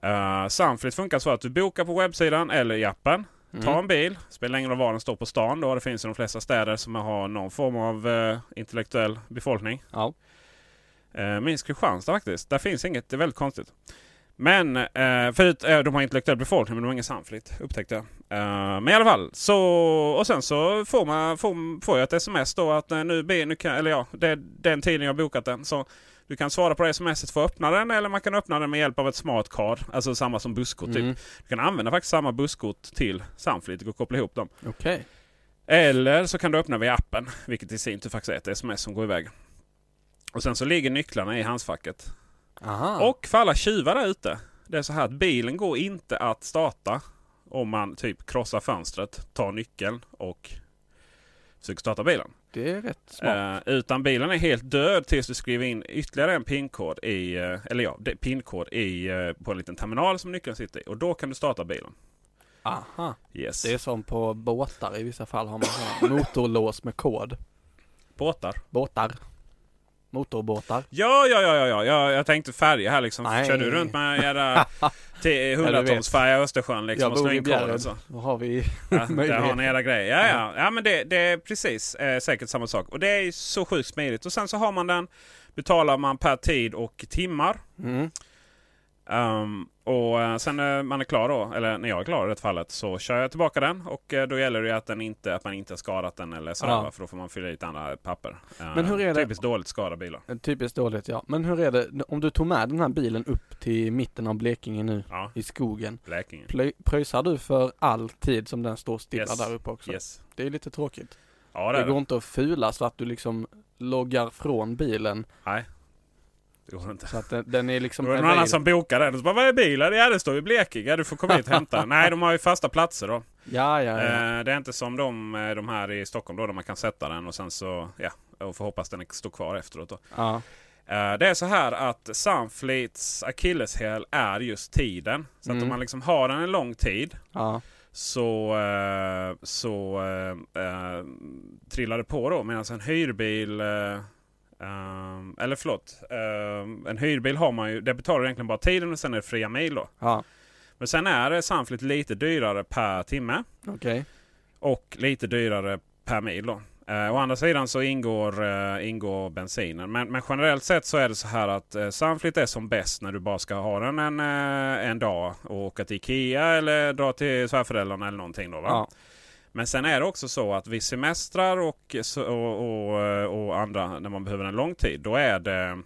Speaker 3: Eh, Sunflit funkar så att du bokar på webbsidan eller i appen. Ta en bil, spelar ingen roll var den står på stan då. Det finns i de flesta städer som har någon form av eh, intellektuell befolkning.
Speaker 4: Ja.
Speaker 3: Eh, minst Kristianstad faktiskt. Där finns inget, det är väldigt konstigt. Men, eh, förut, eh, de har intellektuell befolkning men de har ingen samflit upptäckte jag. Eh, men i alla fall, så, och sen så får, man, får, får jag ett sms då att eh, nu, be, nu kan, eller ja, det är den tiden jag har bokat den. Så du kan svara på det smset för att öppna den eller man kan öppna den med hjälp av ett smart card. Alltså samma som busskort typ.
Speaker 4: Mm.
Speaker 3: Du kan använda faktiskt samma busskort till Samflit och koppla ihop dem.
Speaker 4: Okej.
Speaker 3: Eller så kan du öppna via appen, vilket i sin tur faktiskt är ett sms som går iväg. Och sen så ligger nycklarna i handskfacket.
Speaker 4: Aha.
Speaker 3: Och för alla tjuvar där ute. Det är så här att bilen går inte att starta om man typ krossar fönstret, tar nyckeln och försöker starta bilen.
Speaker 4: det är rätt smart.
Speaker 3: Eh, utan bilen är helt död tills du skriver in ytterligare en pinkod i, eh, eller ja, det- pinkod i, eh, på en liten terminal som nyckeln sitter i. Och då kan du starta bilen.
Speaker 4: Aha.
Speaker 3: Yes.
Speaker 4: Det är som på båtar i vissa fall har man sån här motorlås med kod.
Speaker 3: Båtar.
Speaker 4: Båtar. Motorbåtar.
Speaker 3: Typ. Ja, ja, ja, ja, ja. Jag, jag tänkte färger här liksom.
Speaker 4: Nej.
Speaker 3: Kör du runt med era
Speaker 4: Ja, du vet.
Speaker 3: 100-tonsfärger i Östersjön liksom och
Speaker 4: jag bor
Speaker 3: slår
Speaker 4: i
Speaker 3: in koden
Speaker 4: Bjärred.
Speaker 3: och så?
Speaker 4: Då har vi
Speaker 3: Ja, där har
Speaker 4: möjlighet.
Speaker 3: ni era grejer. Ja, ja. ja men det, det är precis eh, säkert samma sak. Och det är ju så sjukt smidigt. Och sen så har man den. Betalar man per tid och timmar.
Speaker 4: Mm.
Speaker 3: Ehm, och eh, sen när man är klar då, eller när jag är klar i det fallet, så kör jag tillbaka den. Och eh, då gäller det ju att, den inte, att man inte har skadat den eller sådär.
Speaker 4: Ja.
Speaker 3: va, För då får man fylla i lite andra papper. Eh,
Speaker 4: Men hur är det-
Speaker 3: Typiskt dåligt skadade bilar.
Speaker 4: Mm, Typiskt dåligt ja. Men hur är det, om du tog med den här bilen upp till mitten av Blekinge nu
Speaker 3: Ja,
Speaker 4: i skogen.
Speaker 3: Blekinge.
Speaker 4: plöj- Pröjsar du för all tid som den står stilla
Speaker 3: Yes.
Speaker 4: där uppe också?
Speaker 3: Yes.
Speaker 4: Det är lite tråkigt.
Speaker 3: Ja, det,
Speaker 4: Det
Speaker 3: är det.
Speaker 4: går inte att fula så att du liksom loggar från bilen
Speaker 3: det går inte.
Speaker 4: så att den, den är liksom
Speaker 3: Det var någon
Speaker 4: avail-
Speaker 3: annan som bokade den. Och så bara, vad är bilen? Ja, det står i Blekinge. Du får komma hit och hämta den. Nej, de har ju fasta platser då.
Speaker 4: Ja, ja, ja.
Speaker 3: Eh, Det är inte som de, eh, de här i Stockholm då, där man kan sätta den och sen så, ja, och får hoppas den står kvar efteråt då.
Speaker 4: ja.
Speaker 3: Eh, Det är så här att Sunfleets akilleshäl är just tiden. Så att
Speaker 4: Mm.
Speaker 3: om man liksom har den en lång tid
Speaker 4: ja.
Speaker 3: så, eh, så eh, eh, trillar det på då. Medan en hyrbil, eh, ehm, eller förlåt, eh, en hyrbil har man ju, det betalar du egentligen bara tiden och sen är det fria mil då.
Speaker 4: ja.
Speaker 3: Men sen är det samtidigt lite dyrare per timme
Speaker 4: Okej.
Speaker 3: och lite dyrare per mil. Då. Eh, å andra sidan så ingår, eh, ingår bensinen. Men, men generellt sett så är det så här att eh, Sunflit är som bäst när du bara ska ha den en, eh, en dag och åka till Ikea eller dra till svärföräldrarna eller någonting. Då, va?
Speaker 4: Ja.
Speaker 3: Men sen är det också så att vid semestrar och, så- och, eh, och, och andra när man behöver en lång tid. Då är det,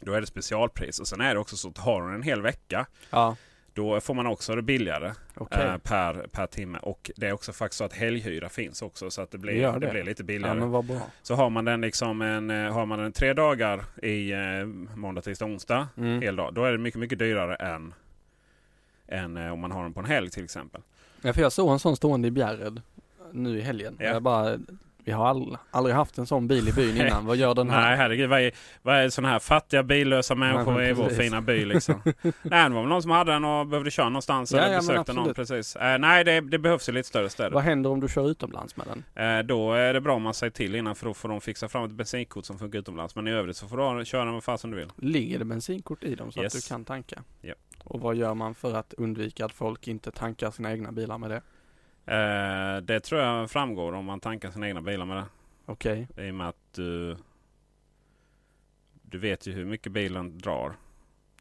Speaker 3: då är det specialpris. Och sen är det också så att har hon en hel vecka.
Speaker 4: Ja,
Speaker 3: Då får man också det billigare
Speaker 4: okej.
Speaker 3: eh, per, per timme. Och det är också faktiskt så att helghyra finns också. Så att det blir,
Speaker 4: Gör
Speaker 3: det.
Speaker 4: det?
Speaker 3: blir lite
Speaker 4: Ja
Speaker 3: billigare.
Speaker 4: men vad bra.
Speaker 3: Så har man den liksom en, eh, har man den tre dagar i eh, måndag, tisdag, onsdag.
Speaker 4: Mm.
Speaker 3: Hel dag, då är det mycket, mycket dyrare än, än eh, om man har den på en helg till exempel.
Speaker 4: Ja, för jag såg en sån stående i Bjärred nu i helgen.
Speaker 3: Ja.
Speaker 4: Jag bara, vi har all, aldrig haft en sån bil i byn innan. vad gör den här?
Speaker 3: Nej herregud, vad är, vad är sådana här fattiga billösa människor
Speaker 4: men
Speaker 3: i vår
Speaker 4: precis.
Speaker 3: fina by liksom? nej, det var väl någon som hade den och behövde köra någonstans
Speaker 4: Ja,
Speaker 3: eller
Speaker 4: ja, men
Speaker 3: besökte någon.
Speaker 4: absolut.
Speaker 3: Precis. Eh, nej, det, det behövs i lite större städer.
Speaker 4: Vad händer om du kör utomlands med den?
Speaker 3: Eh, då är det bra om man säger till innan för då får de fixa fram ett bensinkort som funkar utomlands. Men i övrigt så får du ha- köra den vad fasen du vill.
Speaker 4: Ligger det bensinkort i dem så
Speaker 3: Yes.
Speaker 4: att du kan tanka?
Speaker 3: Ja.
Speaker 4: Och vad gör man för att undvika att folk inte tankar sina egna bilar med det?
Speaker 3: Eh, det tror jag framgår om man tankar sina egna bilar med det.
Speaker 4: Okej.
Speaker 3: I och med att du... Du vet ju hur mycket bilen drar.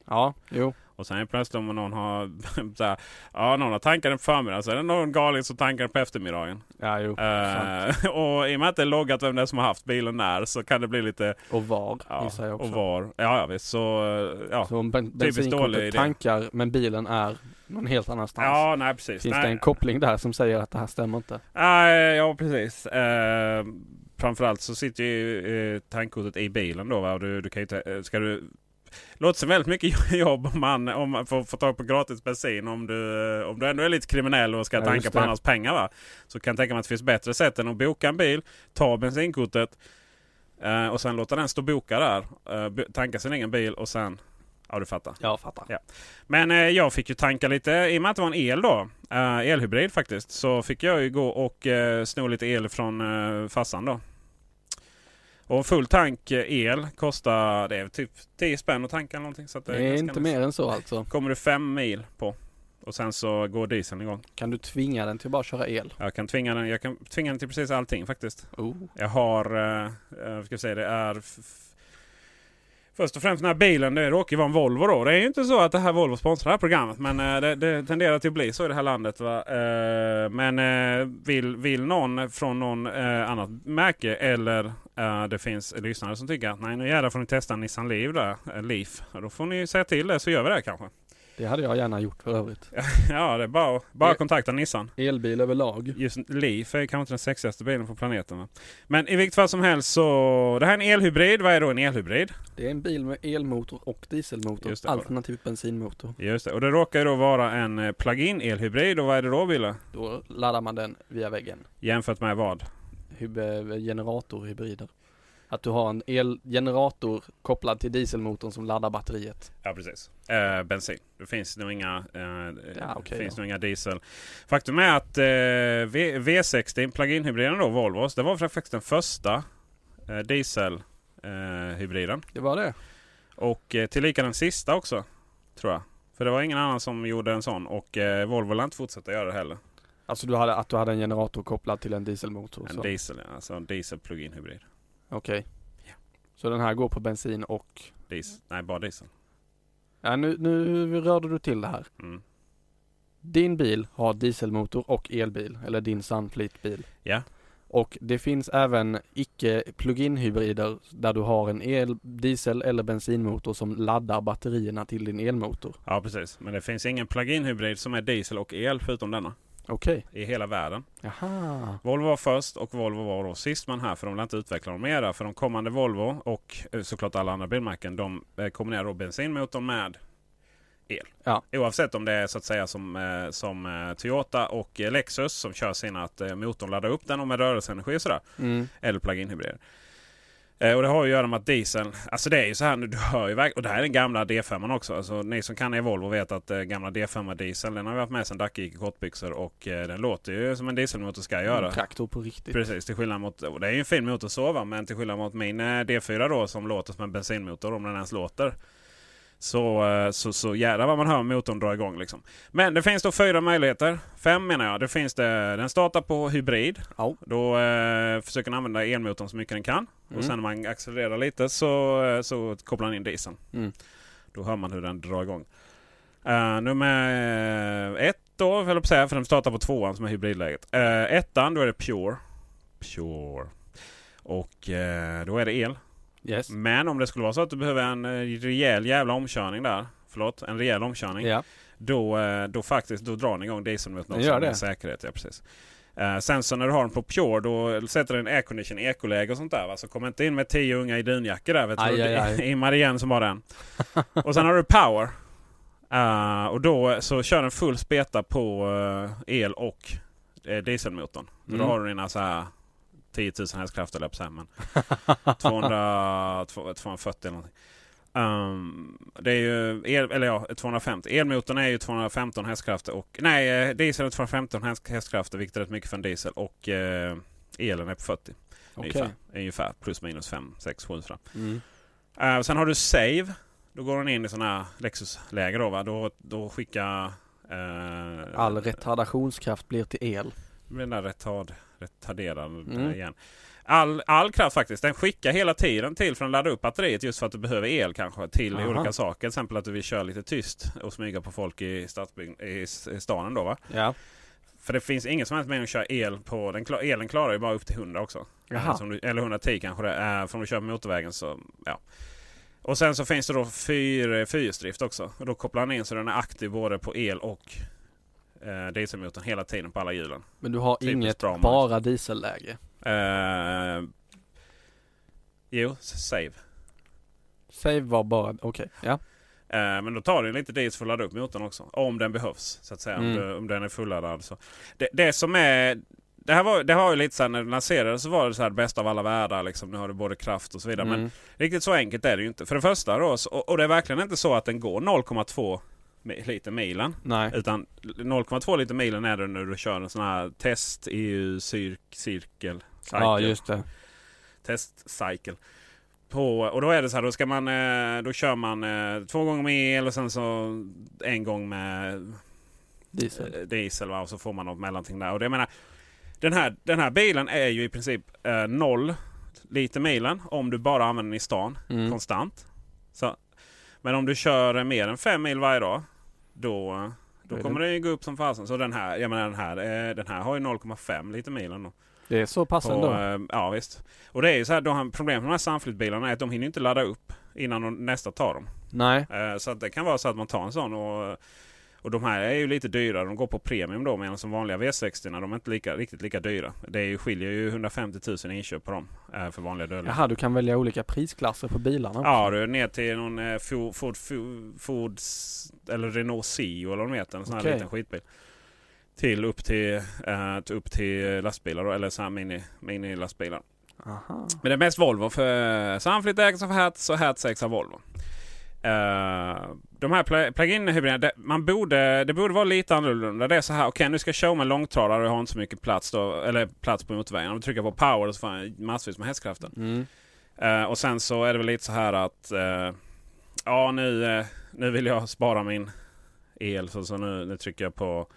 Speaker 4: Ja, jo.
Speaker 3: Och sen är det plötsligt om någon har... så här, ja, någon har tankat den på förmiddagen. Så är det någon galning som tankar den på eftermiddagen.
Speaker 4: Ja, jo. Oh, sant.
Speaker 3: Eh, och i och med att det är loggat vem det är som har haft bilen när så kan det bli lite...
Speaker 4: Och var,
Speaker 3: Ja,
Speaker 4: gissar jag också.
Speaker 3: och var. Ja, ja visst. Så... eh, Ja.
Speaker 4: Så om ben-
Speaker 3: dålig idé.
Speaker 4: bensinkortet tankar men bilen är någon helt annanstans.
Speaker 3: Ja, nej precis.
Speaker 4: Finns
Speaker 3: nej,
Speaker 4: det en koppling där som säger att det här stämmer inte?
Speaker 3: nej, ja, precis. Eh, framförallt så sitter ju eh, tankkortet i bilen då. Va? Och Du, du kan ju inte, eh, ska du... Låter som väldigt mycket jobb om man, om man får, får tag på gratis bensin om du, eh, om du ändå är lite kriminell och ska
Speaker 4: Ja, just
Speaker 3: tanka på
Speaker 4: det.
Speaker 3: annans pengar. Va? Så kan jag tänka mig att det finns bättre sätt än att boka en bil, ta bensinkortet eh, och sen låta den stå boka där. Eh, b- tanka sin egen bil och sen... Ja du fattar.
Speaker 4: Jag fattar.
Speaker 3: Ja. Men eh, jag fick ju tanka lite, i och med att det var en el då, eh, elhybrid faktiskt, så fick jag ju gå och eh, sno lite el från eh, farsan då. Och en full tank eh, el kostar, det är typ 10 spänn att tanka eller någonting. Så att det
Speaker 4: Det
Speaker 3: är
Speaker 4: är
Speaker 3: ganska
Speaker 4: inte
Speaker 3: nice.
Speaker 4: mer än så alltså.
Speaker 3: Kommer du fem mil på. Och sen så går dieseln igång.
Speaker 4: Kan du tvinga den till att bara köra el?
Speaker 3: Jag kan tvinga den, jag kan tvinga den till precis allting faktiskt.
Speaker 4: Oh.
Speaker 3: Jag har, eh, eh, ska jag säga det är... f- f- Först och främst den här bilen, det råkar ju vara en Volvo då. Det är ju inte så att det här Volvo sponsrar det här programmet. Men eh, det, det tenderar till att bli så i det här landet. Va? Eh, Men eh, vill, vill någon från någon eh, annat märke eller eh, det finns lyssnare som tycker att nej nu jävlar får ni testa Nissan Leaf där. eh, Leaf. Ja, Då får ni säga till det så gör vi det kanske.
Speaker 4: Det hade jag gärna gjort för övrigt.
Speaker 3: Ja det är bara, att- bara
Speaker 4: Ja.
Speaker 3: att kontakta Nissan.
Speaker 4: Elbil överlag.
Speaker 3: Just Leaf är kanske inte den sexigaste bilen på planeten. Va? Men i vilket fall som helst så... Det här är en elhybrid. Vad är då en elhybrid?
Speaker 4: Det är en bil med elmotor och dieselmotor.
Speaker 3: Just det, bara.
Speaker 4: alternativt bensinmotor.
Speaker 3: Just det. Och det råkar ju då vara en eh, plug-in elhybrid. Och vad är det då Wille?
Speaker 4: Då laddar man den via väggen.
Speaker 3: Jämfört med vad?
Speaker 4: Hyb- eh, Generatorhybrider. Att du har en elgenerator kopplad till dieselmotorn som laddar batteriet.
Speaker 3: Ja precis. Eh, bensin. Det finns nog inga, eh, det
Speaker 4: okej
Speaker 3: finns
Speaker 4: då.
Speaker 3: nog inga diesel. Faktum är att eh, v- V60, plug-in hybriden då, Volvos. Det var faktiskt den första eh, diesel eh, hybriden.
Speaker 4: Det var det.
Speaker 3: Och eh, tillika den sista också. Tror jag. För det var ingen annan som gjorde en sån. Och eh, Volvo lär inte fortsätta göra det heller.
Speaker 4: Alltså du hade, att du hade en generator kopplad till en dieselmotor.
Speaker 3: En
Speaker 4: så.
Speaker 3: diesel, ja. alltså en diesel plug-in hybrid.
Speaker 4: Okej.
Speaker 3: Ja.
Speaker 4: Så den här går på bensin och...
Speaker 3: Diesel. Nej, bara diesel.
Speaker 4: Ja, nu, nu rörde du till det här.
Speaker 3: Mm.
Speaker 4: Din bil har dieselmotor och elbil, eller din Sunfleet-bil.
Speaker 3: Ja.
Speaker 4: Och det finns även icke plug-in hybrider där du har en el, diesel eller bensinmotor som laddar batterierna till din elmotor.
Speaker 3: Ja, precis. Men det finns ingen plug-in hybrid som är diesel och el förutom denna.
Speaker 4: Okej.
Speaker 3: I hela världen.
Speaker 4: Jaha.
Speaker 3: Volvo var först och Volvo var då sist man här. För de lär inte utveckla dem mera. För de kommande Volvo och eh, såklart alla andra bilmärken. De eh, kombinerar då bensinmotorn med el.
Speaker 4: Ja.
Speaker 3: Oavsett om det är så att säga som, eh, som eh, Toyota och eh, Lexus som kör sina att eh, motorn laddar upp den och med rörelseenergi och sådär.
Speaker 4: Mm.
Speaker 3: Eller plug-in hybrider. Eh, och det har ju att göra med att dieseln, alltså det är ju så här nu, du hör ju verkligen, och det här är den gamla D5 också. Alltså ni som kan er Volvo vet att eh, gamla D5 dieseln, den har vi haft med sedan Dacke gick i kortbyxor och eh, den låter ju som en dieselmotor ska göra.
Speaker 4: En traktor på riktigt.
Speaker 3: Precis, till skillnad mot, och det är ju en fin motor att sova men till skillnad mot min eh, D4 då som låter som en bensinmotor om den ens låter. Så, eh, så, så jädrar vad man hör motorn dra igång liksom. Men det finns då fyra möjligheter. Fem menar jag. Det finns det, den startar på hybrid.
Speaker 4: Ja.
Speaker 3: Då eh, försöker den använda elmotorn så mycket den kan. Och
Speaker 4: Mm.
Speaker 3: sen när man accelererar lite så, eh, så kopplar den in dieseln.
Speaker 4: Mm.
Speaker 3: Då hör man hur den drar igång. Eh, nummer eh, ett då, höll jag på att säga, för de startar på tvåan som är hybridläget. Eh, ettan, då är det Pure. Pure. Och eh, då är det el.
Speaker 4: Yes.
Speaker 3: Men om det skulle vara så att du behöver en eh, rejäl jävla omkörning där. Förlåt, en rejäl omkörning.
Speaker 4: Ja.
Speaker 3: Då, eh, då faktiskt, då drar den igång dieseln mot något
Speaker 4: Den gör
Speaker 3: som
Speaker 4: det.
Speaker 3: är säkerhet. Ja, precis. Eh, sen så när du har den på Pure då sätter den aircondition i ekoläge och sånt där. Va? Så kom inte in med tio unga i dunjackor där. Vet
Speaker 4: Aj,
Speaker 3: du?
Speaker 4: aj, aj.
Speaker 3: Immar igen som bara den. Och sen har du Power. Eh, och då så kör den full speta på eh, el och eh, dieselmotorn. Så
Speaker 4: Mm.
Speaker 3: då har du dina så här 10 000 hästkrafter eller jag men 200, 240 eller någonting. Ehm, det är ju el, eller ja, 250. Elmotorn är ju 215 hästkrafter och nej, eh, diesel är 215 häst- hästkrafter vilket är rätt mycket för en diesel och eh, elen är på 40.
Speaker 4: Okej.
Speaker 3: Ungefär, ungefär plus minus 5, 6, 7 fram.
Speaker 4: Mm.
Speaker 3: Eh, sen har du save. Då går den in i sådana här Lexus-läge då va. Då, då skickar... eh,
Speaker 4: All retardationskraft blir till el.
Speaker 3: med den där retard, retarderad
Speaker 4: Mm.
Speaker 3: eh, igen. All, all kraft faktiskt. Den skickar hela tiden till för att ladda upp batteriet just för att du behöver el kanske till
Speaker 4: Aha.
Speaker 3: olika saker. Till exempel att du vill köra lite tyst och smyga på folk i, stadsbygg- i, s- i staden då va.
Speaker 4: Ja.
Speaker 3: För det finns ingen som helst mening att köra el på den. Kla- Elen klarar ju bara upp till 100 också.
Speaker 4: Jaha.
Speaker 3: Eh, Som du, eller 110 kanske det är. För om du kör på motorvägen så ja. Och sen så finns det då fyr, fyrhjulsdrift också. Och då kopplar den in så den är aktiv både på el och eh, dieselmotorn hela tiden på alla hjulen.
Speaker 4: Men du har
Speaker 3: Typiskt liksom.
Speaker 4: inget
Speaker 3: bra, Magnus.
Speaker 4: bara dieselläge.
Speaker 3: Eh, jo, save.
Speaker 4: Save var bara, okej. Ja.
Speaker 3: Eh, men då tar den lite diesel för att ladda upp motorn också. Om den behövs. Så att säga. Om,
Speaker 4: Mm.
Speaker 3: du, om den är fulladdad. Så. Det, det som är... Det här var, det har ju lite så här, när den lanserades så var det så här bästa av alla världar. Liksom. Nu har du både kraft och så vidare. Men
Speaker 4: Mm.
Speaker 3: riktigt så enkelt är det ju inte. För det första då, så, och, och det är verkligen inte så att den går 0,2 mi- liter milen.
Speaker 4: Nej.
Speaker 3: Utan 0,2 liter milen är det när du kör en sån här test E EU-cirkel.
Speaker 4: Ja, just det.
Speaker 3: test cycle. På, och då är det så här, då, ska man, eh, då kör man eh, två gånger med el och sen så en gång med
Speaker 4: Diesel.
Speaker 3: eh, diesel va? och så får man något mellanting där. Och det, jag menar, den, här, den här bilen är ju i princip eh, noll liter milen om du bara använder den i stan
Speaker 4: Mm.
Speaker 3: konstant. Så, men om du kör eh, mer än fem mil varje dag då,
Speaker 4: Då är
Speaker 3: då
Speaker 4: det-
Speaker 3: kommer den ju gå upp som fasen. Så den här, jag menar, den här, eh, den här har ju 0,5 liter milen. Då.
Speaker 4: Det är så pass
Speaker 3: På,
Speaker 4: Alltså ändå.
Speaker 3: eh, ja visst. Och det är ju så här, då han, problemet med de här samflyttbilarna är att de hinner inte ladda upp innan de, nästa tar dem.
Speaker 4: Nej.
Speaker 3: Eh, så att det kan vara så att man tar en sån och, och de här är ju lite dyrare. De går på premium då medan som vanliga V60 när de är inte lika, riktigt lika dyra. Det är ju, skiljer ju 150 000 i inköp på dem eh, för vanliga dödliga.
Speaker 4: Jaha, du kan välja olika prisklasser på bilarna också.
Speaker 3: Ja, du är ner till någon eh, Ford, Ford, Ford, Ford eller Renault Sio eller vad de heter. En sån
Speaker 4: Okej.
Speaker 3: här liten skitbil. Till upp till, eh, till upp till lastbilar då, eller så här mini, mini lastbilar.
Speaker 4: Aha.
Speaker 3: Men det är mest Volvo för Sunfleet ägs av Hertz och Hertz ägs av Volvo. Eh, de här pla- plug-in hybriderna, det, man borde, det borde vara lite annorlunda. Det är så här, okej nu ska jag köra med långtradare och jag har inte så mycket plats då, eller plats på motorvägen. Om du trycker på power så får jag massvis med hästkrafter.
Speaker 4: Mm.
Speaker 3: Eh, och sen så är det väl lite så här att eh, ja nu, eh, nu vill jag spara min el så, så nu, nu trycker jag på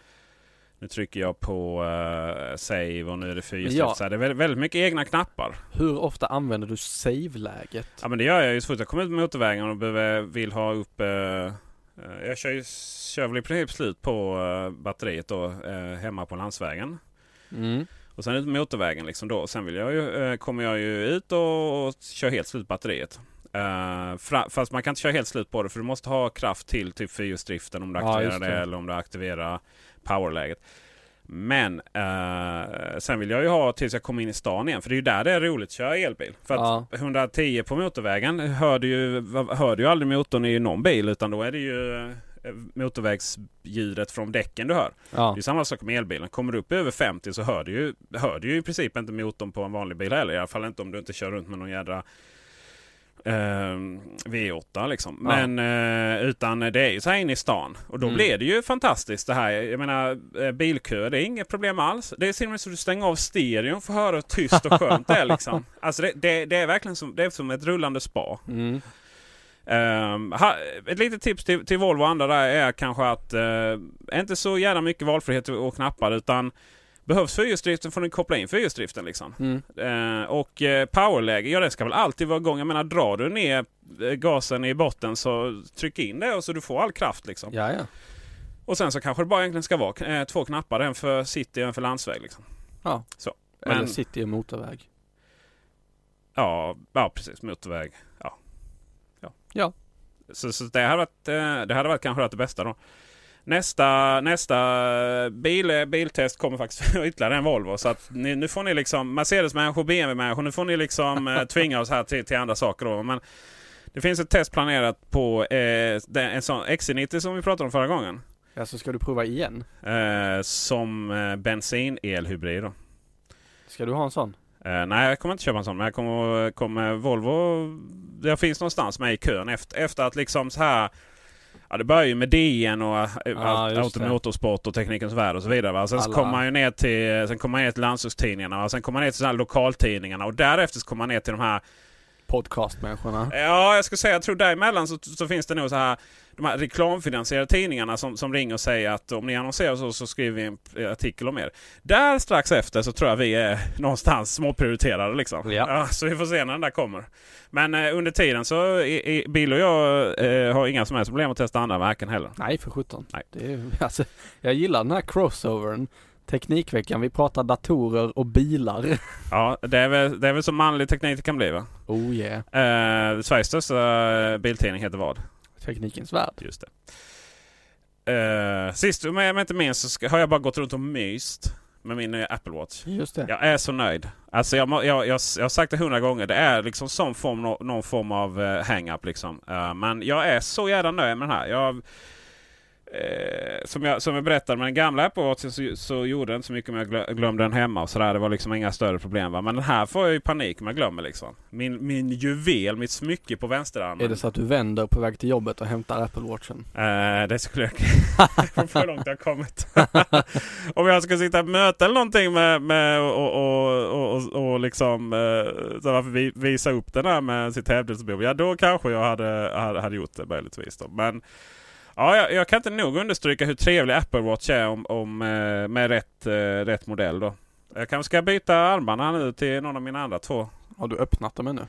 Speaker 3: nu trycker jag på eh, save och nu är det fyrhjulsdrift.
Speaker 4: Ja.
Speaker 3: Så här, Det är väldigt, väldigt mycket egna knappar.
Speaker 4: Hur ofta använder du save-läget?
Speaker 3: Ja men det gör jag ju så fort jag kommer ut på motorvägen och behöver, vill ha upp... Eh, eh, jag kör, ju, kör väl i princip slut på eh, batteriet då eh, hemma på landsvägen.
Speaker 4: Mm.
Speaker 3: Och sen ut på motorvägen liksom då. Och sen vill jag ju, eh, kommer jag ju ut och, och kör helt slut på batteriet. Eh, fra, fast man kan inte köra helt slut på det för du måste ha kraft till typ fyrhjulsdriften om du
Speaker 4: Ja,
Speaker 3: aktiverar
Speaker 4: just
Speaker 3: det.
Speaker 4: det.
Speaker 3: eller om du aktiverar powerläget. Men eh, sen vill jag ju ha tills jag kommer in i stan igen. För det är ju där det är roligt att köra elbil. För att
Speaker 4: Ja.
Speaker 3: 110 på motorvägen hör du ju, hör du ju aldrig motorn i någon bil utan då är det ju eh, motorvägsljudet från däcken du hör.
Speaker 4: Ja.
Speaker 3: Det är samma sak med elbilen. Kommer du upp över 50 så hör du ju, hör du ju i princip inte motorn på en vanlig bil heller. I alla fall inte om du inte kör runt med någon jädra eh, V8 liksom.
Speaker 4: Ja.
Speaker 3: Men eh, utan det är ju så här inne i stan. Och då
Speaker 4: Mm.
Speaker 3: blir det ju fantastiskt det här. Jag menar eh, bilköer, det är inget problem alls. Det är till och med så du stänger av stereon för att höra hur tyst och skönt det är liksom. Alltså det, det, det är verkligen som, det är som ett rullande spa.
Speaker 4: Mm.
Speaker 3: Ehm, ha, ett litet tips till, till Volvo och andra där är kanske att eh, inte så gärna mycket valfrihet och knappar utan behövs fyrhjulsdriften får ni koppla in fyrhjulsdriften liksom.
Speaker 4: Mm.
Speaker 3: Eh, och eh, powerläge, ja det ska väl alltid vara igång. Jag menar drar du ner eh, gasen i botten så tryck in det och så du får all kraft liksom.
Speaker 4: Ja, ja.
Speaker 3: Och sen så kanske det bara egentligen ska vara eh, två knappar. En för city och en för landsväg. Liksom.
Speaker 4: Ja.
Speaker 3: Så.
Speaker 4: Eller
Speaker 3: Men-
Speaker 4: city och motorväg.
Speaker 3: Ja, ja precis. Motorväg. Ja. Ja.
Speaker 4: Ja.
Speaker 3: Så, så det, hade varit, eh, det hade varit kanske det bästa då. Nästa, nästa bil, eh, biltest kommer faktiskt ytterligare en Volvo. Så att ni, nu får ni liksom Mercedes-människor, BMW-människor. Nu får ni liksom eh, tvinga oss här till, till andra saker. Då. Men det finns ett test planerat på eh, den, en sån XC90 som vi pratade om förra gången.
Speaker 4: Ja, så ska du prova igen?
Speaker 3: Eh, som eh, bensin-elhybrid. då.
Speaker 4: Ska du ha en sån?
Speaker 3: Eh, nej, jag kommer inte köpa en sån. Men jag kommer, kommer Volvo... Jag finns någonstans med i kön efter, efter att liksom så här... Ja, det börjar ju med DN och eh, allt-
Speaker 4: just
Speaker 3: Auto-
Speaker 4: det.
Speaker 3: Motorsport och Teknikens Värld och så vidare. Va? Sen så
Speaker 4: Alla-
Speaker 3: kommer man ju ner till, sen kommer man ner till landsortstidningarna och sen kommer man ner till så här lokaltidningarna och därefter så kommer man ner till de här
Speaker 4: Podcastmänniskorna?
Speaker 3: Ja, jag skulle säga, jag tror däremellan så, så finns det nog så här de här reklamfinansierade tidningarna som, som ringer och säger att om ni annonserar så, så skriver vi en p- artikel om er. Där strax efter så tror jag vi är någonstans småprioriterade liksom.
Speaker 4: Ja.
Speaker 3: så vi får se när den där kommer. Men eh, under tiden så i, i, Bill och jag eh, har inga som helst problem att testa andra märken heller.
Speaker 4: Nej, för sjutton.
Speaker 3: Nej.
Speaker 4: Det är, alltså, jag gillar den här crossovern. Teknikveckan, vi pratar datorer och bilar.
Speaker 3: Ja, det är väl, det är väl så manlig teknik det kan bli va?
Speaker 4: Oh yeah.
Speaker 3: Eh, Sveriges största eh, biltidning heter vad?
Speaker 4: Teknikens värld.
Speaker 3: Just det. Eh, sist om jag inte minns så ska, har jag bara gått runt och myst med min nya Apple Watch.
Speaker 4: Just det.
Speaker 3: Jag är så nöjd. Alltså jag, må- jag, jag, jag har sagt det hundra gånger. Det är liksom som form, nå- någon form av eh, hang-up. Liksom. Eh, men jag är så jävla nöjd med den här. Jag, eh, som, jag, som jag berättade med den gamla Apple Watchen så, så gjorde den inte så mycket men jag glö- glömde den hemma. Och så där. Det var liksom inga större problem. Va? Men den här får jag ju panik om jag glömmer. Liksom. Min, min juvel, mitt smycke på vänsterarmen.
Speaker 4: Är det så att du vänder på väg till jobbet och hämtar Apple Watchen?
Speaker 3: Eh, det skulle jag... för långt jag har kommit. Om jag skulle sitta i ett möte eller någonting med, med och, och, och, och, och liksom eh, så varför vi, visa upp den här med sitt hävdelsebehov. Ja då kanske jag hade, hade, hade gjort det möjligtvis. Då. Men ja, jag, jag kan inte nog understryka hur trevlig Apple Watch är om, om, eh, med rätt, eh, rätt modell. Då. Jag kanske ska byta armband här nu till någon av mina andra två.
Speaker 4: Har du öppnat dem ännu?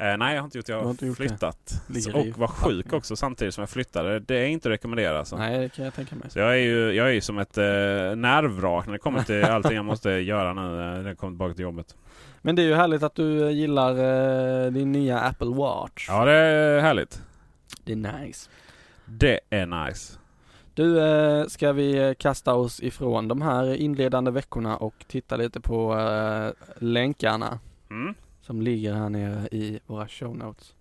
Speaker 3: Eh, nej jag har inte gjort det. Jag
Speaker 4: Du
Speaker 3: har,
Speaker 4: har inte gjort det.
Speaker 3: flyttat.
Speaker 4: Ligger i
Speaker 3: Och var sjuk
Speaker 4: förpackningen.
Speaker 3: också samtidigt som jag flyttade. Det är inte rekommenderat. Alltså.
Speaker 4: Nej, det kan jag tänka mig.
Speaker 3: Så jag är ju, jag är ju som ett eh, nervvrak när det kommer till allting jag måste göra nu eh, när jag kommer tillbaka till jobbet.
Speaker 4: Men det är ju härligt att du eh, gillar eh, din nya Apple Watch.
Speaker 3: Ja, det är härligt.
Speaker 4: Det är nice.
Speaker 3: Det är nice.
Speaker 4: Du, eh, ska vi eh, kasta oss ifrån de här inledande veckorna och titta lite på eh, länkarna
Speaker 3: Mm.
Speaker 4: som ligger här nere i våra show notes.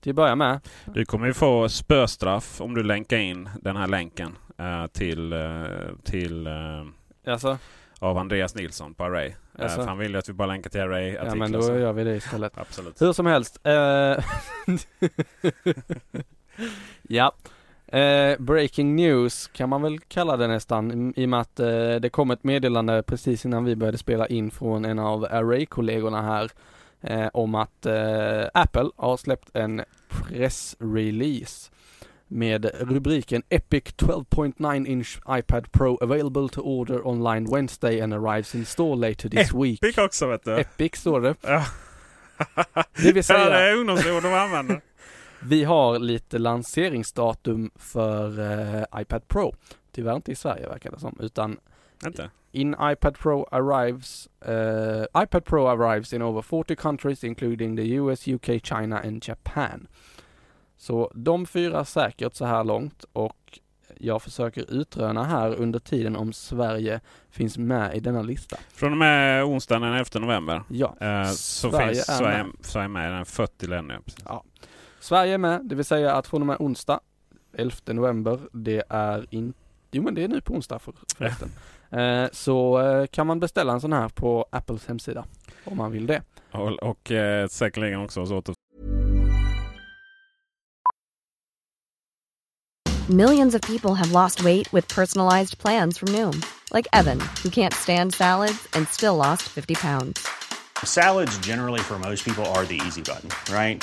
Speaker 4: Till att börja med,
Speaker 3: Du kommer ju få spöstraff om du länkar in den här länken eh, till, eh, till eh,
Speaker 4: alltså,
Speaker 3: av Andreas Nilsson på Array. Eh,
Speaker 4: Jaså?
Speaker 3: för han vill ju att vi bara länkar till Array
Speaker 4: Alltså. ja
Speaker 3: artiklar.
Speaker 4: men då
Speaker 3: så.
Speaker 4: gör vi det istället.
Speaker 3: Absolut.
Speaker 4: Hur som helst. Eh, ja. Eh, breaking news kan man väl kalla det nästan i i och med att eh, det kom ett meddelande precis innan vi började spela in från en av Array-kollegorna här eh, om att eh, Apple har släppt en pressrelease med rubriken Epic 12.9 inch iPad Pro available to order online Wednesday and arrives in store later this week.
Speaker 3: Epic också vet du.
Speaker 4: Epic står det.
Speaker 3: Ja.
Speaker 4: Det vill
Speaker 3: Ja,
Speaker 4: säga-
Speaker 3: det är ungdomsord de använder.
Speaker 4: Vi har lite lanseringsdatum för eh, iPad Pro. Tyvärr inte i Sverige verkar det som, utan
Speaker 3: Inte?
Speaker 4: in iPad Pro arrives, eh, iPad Pro arrives in over 40 countries including the US, UK, China and Japan. Så de fyra säkert så här långt och jag försöker utröna här under tiden om Sverige finns med i denna lista.
Speaker 3: Från och med onsdagen den 11 november.
Speaker 4: Ja,
Speaker 3: Eh, så
Speaker 4: Sverige
Speaker 3: finns
Speaker 4: är
Speaker 3: Sverige,
Speaker 4: med.
Speaker 3: Sverige med i den här 40 länder. Precis.
Speaker 4: Sverige är med, det vill säga att från och med onsdag 11 november, det är inte, jo men det är nu på onsdag för, förresten. Eh, så eh, kan man beställa en sån här på Apples hemsida om man vill det.
Speaker 3: Och, och eh, säkerligen också hos åter...
Speaker 5: Millions of people have lost weight with personalized plans from Noom, like Evan, who can't stand salads and still lost 50 pounds.
Speaker 6: Salads, generally, for most people, are the easy button, right?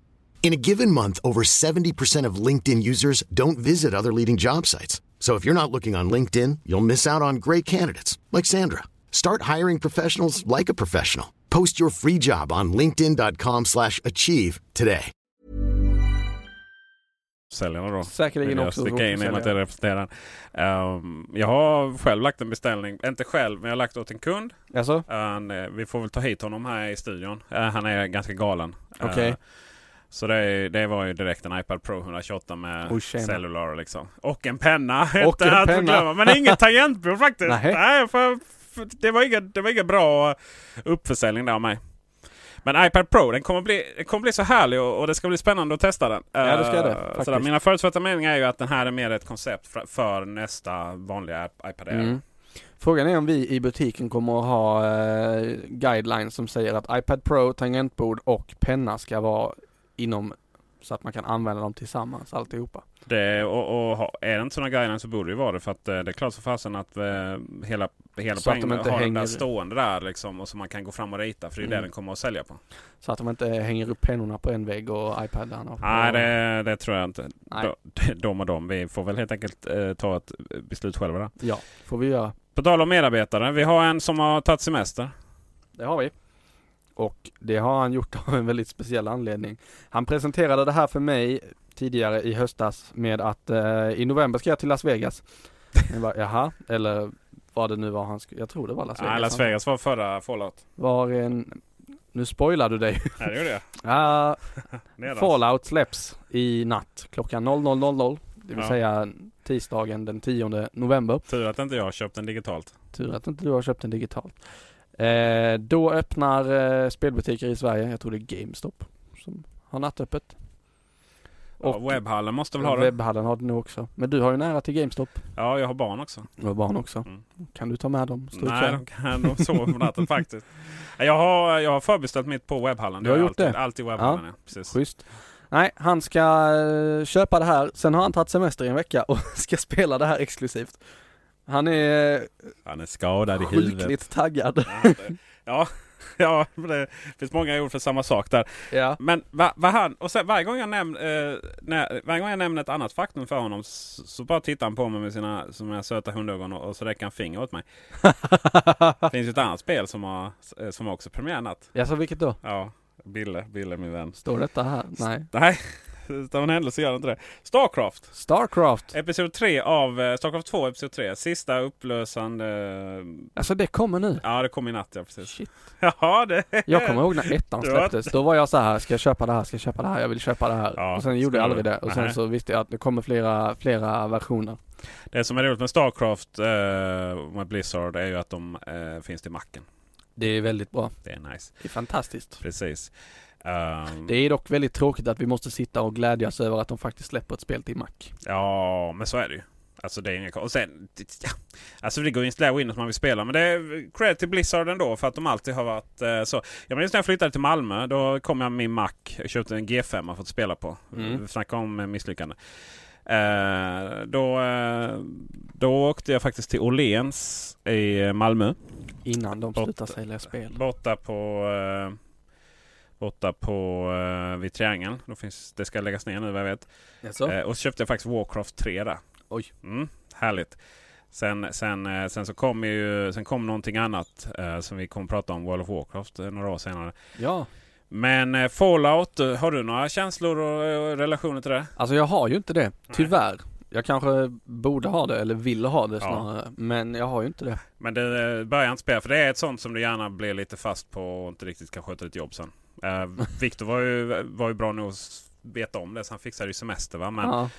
Speaker 7: In a given month, over 70% of LinkedIn users don't visit other leading job sites. So if you're not looking on LinkedIn, you'll miss out on great candidates like Sandra. Start hiring professionals like a professional. Post your free job on linkedin.com/achieve slash achieve today.
Speaker 3: säljarna då.
Speaker 4: Säkerligen
Speaker 3: Vill jag
Speaker 4: också
Speaker 3: sticka in i och med att jag representerar. Ehm, jag har själv lagt en beställning. Inte själv, men jag har lagt åt en kund.
Speaker 4: Alltså?
Speaker 3: Han, eh, vi får väl ta hit honom här i studion. Eh, han är ganska galen. Eh,
Speaker 4: Okej.
Speaker 3: så det, det var ju direkt en iPad Pro 128 med
Speaker 4: Oj, tjena.
Speaker 3: cellular liksom. Och en penna.
Speaker 4: Och
Speaker 3: Inte
Speaker 4: en
Speaker 3: att
Speaker 4: penna.
Speaker 3: förglömma. Men inget tangentbord faktiskt.
Speaker 4: Nej.
Speaker 3: för, för, det, var inga, det var inga bra uppförsäljning där av mig. Men iPad Pro den kommer bli, den kommer bli så härlig och, och det ska bli spännande att testa den.
Speaker 4: Ja, det ska det,
Speaker 3: Eh,
Speaker 4: faktiskt.
Speaker 3: sådär. Mina förutfattade meningar är ju att den här är mer ett koncept för, för nästa vanliga iPad Air.
Speaker 4: Mm. Frågan är om vi i butiken kommer att ha eh, guidelines som säger att iPad Pro, tangentbord och penna ska vara inom så att man kan använda dem tillsammans alltihopa.
Speaker 3: Det, och, och ha- är det inte sådana guidelines så borde det ju vara det. För att eh, det är klart som fasen att eh, hela, hela
Speaker 4: Så att
Speaker 3: poängen
Speaker 4: de
Speaker 3: är att
Speaker 4: inte
Speaker 3: ha den där
Speaker 4: hänger-
Speaker 3: stående där liksom. Och så man kan gå fram och rita. För det är det
Speaker 4: Mm.
Speaker 3: den kommer att sälja på.
Speaker 4: Så att de inte hänger upp pennorna på en vägg och iPadarna på
Speaker 3: Nej, det, det tror jag inte.
Speaker 4: Nej.
Speaker 3: De- De och de. Vi får väl helt enkelt eh, ta ett beslut själva där.
Speaker 4: Ja, får vi göra.
Speaker 3: På tal om medarbetare. Vi har en som har tagit semester.
Speaker 4: Det har vi. Och det har han gjort av en väldigt speciell anledning. Han presenterade det här för mig tidigare i höstas med att eh, i november ska jag till Las Vegas. Jag bara, Jaha, eller vad det nu var han skulle, jag tror det var Las Vegas.
Speaker 3: Nej, Las Vegas var förra Fallout.
Speaker 4: Var en, nu spoilar du dig.
Speaker 3: Nej, det gjorde jag.
Speaker 4: Ah,
Speaker 3: Nedan.
Speaker 4: Fallout släpps i natt klockan 00.00. Det vill
Speaker 3: Ja.
Speaker 4: säga tisdagen den 10 november.
Speaker 3: Tur att inte jag har köpt den digitalt.
Speaker 4: Tur att inte du har köpt den digitalt. Eh, då öppnar eh, spelbutiker i Sverige, jag tror det är GameStop som har nattöppet.
Speaker 3: Och
Speaker 4: Och
Speaker 3: webbhallen måste väl ha den?
Speaker 4: webbhallen har du nog också. Men du har ju nära till GameStop.
Speaker 3: Ja, jag har barn också.
Speaker 4: Och barn också.
Speaker 3: Mm.
Speaker 4: Kan du ta med dem? Stå i
Speaker 3: Nej,
Speaker 4: kö.
Speaker 3: de kan de sover på natten faktiskt. Jag har, jag har förbeställt mitt på webbhallen.
Speaker 4: Du har
Speaker 3: gör jag
Speaker 4: gjort
Speaker 3: alltid,
Speaker 4: det?
Speaker 3: Alltid webbhallen, ja. Precis.
Speaker 4: Schysst. Nej, han ska eh, köpa det här. Sen har han tagit semester i en vecka och ska spela det här exklusivt. Han är eh,
Speaker 3: Han är skadad i huvudet.
Speaker 4: sjukligt taggad.
Speaker 3: Ja, ja men det finns många ord för samma sak där.
Speaker 4: Ja.
Speaker 3: Men vad va han, och sen, varje, gång jag näm, eh, när, varje gång jag nämner ett annat faktum för honom så, så bara tittar han på mig med sina, sina söta hundögon och, och så räcker han finger åt mig. Det finns ju ett annat spel som har, eh, som har också premiärnatt.
Speaker 4: ja, så vilket då?
Speaker 3: Ja, Bille, Bille min vän.
Speaker 4: Står detta här? Nej.
Speaker 3: Nej, utan en händelse gör det inte det. Starcraft!
Speaker 4: Starcraft.
Speaker 3: Episod 3 av eh, Starcraft 2, Episod 3. Sista upplösande... eh,
Speaker 4: Alltså det kommer nu.
Speaker 3: Ja, det kom i natt ja, precis.
Speaker 4: Shit.
Speaker 3: Jaha, det...
Speaker 4: Jag kommer ihåg när ettan
Speaker 3: Det var-
Speaker 4: släpptes, då var jag så här, ska jag köpa det här, ska jag köpa det här, jag vill köpa det här.
Speaker 3: Ja,
Speaker 4: och sen gjorde
Speaker 3: skulle
Speaker 4: jag aldrig
Speaker 3: du?
Speaker 4: det. Och sen
Speaker 3: Nej.
Speaker 4: så visste jag att det kommer flera, flera versioner.
Speaker 3: Det som är roligt med Starcraft eh, med Blizzard är ju att de eh, finns till macken.
Speaker 4: Det är väldigt bra.
Speaker 3: Det är nice.
Speaker 4: Det är fantastiskt.
Speaker 3: Precis. Ehm,
Speaker 4: Det är dock väldigt tråkigt att vi måste sitta och glädjas över att de faktiskt släpper ett spel till Mac.
Speaker 3: Ja, men så är det ju. Alltså det är inga Och sen, ja. Alltså det går ju inte att Windows man vill spela. Men det är cred till Blizzard ändå för att de alltid har varit eh, så. Jag minns när jag flyttade till Malmö. Då kom jag med min Mac. Jag köpte en G5 man fått spela på.
Speaker 4: Mm.
Speaker 3: Snacka om eh, misslyckande. Eh, då, eh, då åkte jag faktiskt till Åhléns i Malmö.
Speaker 4: Innan de
Speaker 3: Borta.
Speaker 4: slutar sälja spel.
Speaker 3: Borta på... Eh, borta på... Eh, vid Triangeln. Då finns, det ska läggas ner nu vad jag vet.
Speaker 4: Jaså?
Speaker 3: Eh, och så köpte jag faktiskt Warcraft 3 där.
Speaker 4: Oj.
Speaker 3: Mm, härligt. Sen, sen, eh, sen så kom ju sen kom någonting annat eh, som vi kommer prata om, World of Warcraft, eh, några år senare.
Speaker 4: Ja.
Speaker 3: Men eh, Fallout, eh, har du några känslor och, eh, relationer till det?
Speaker 4: Alltså jag har ju inte det, tyvärr. Jag kanske borde ha det eller vill ha det snarare. Men jag har ju inte det.
Speaker 3: Men du eh, börjar inte spela, för det är ett sånt som du gärna blir lite fast på och inte riktigt kan sköta ditt jobb sen. Eh, Viktor var ju, var ju bra nog att s- veta om det, så han fixade ju semester va. Men,
Speaker 4: Ja.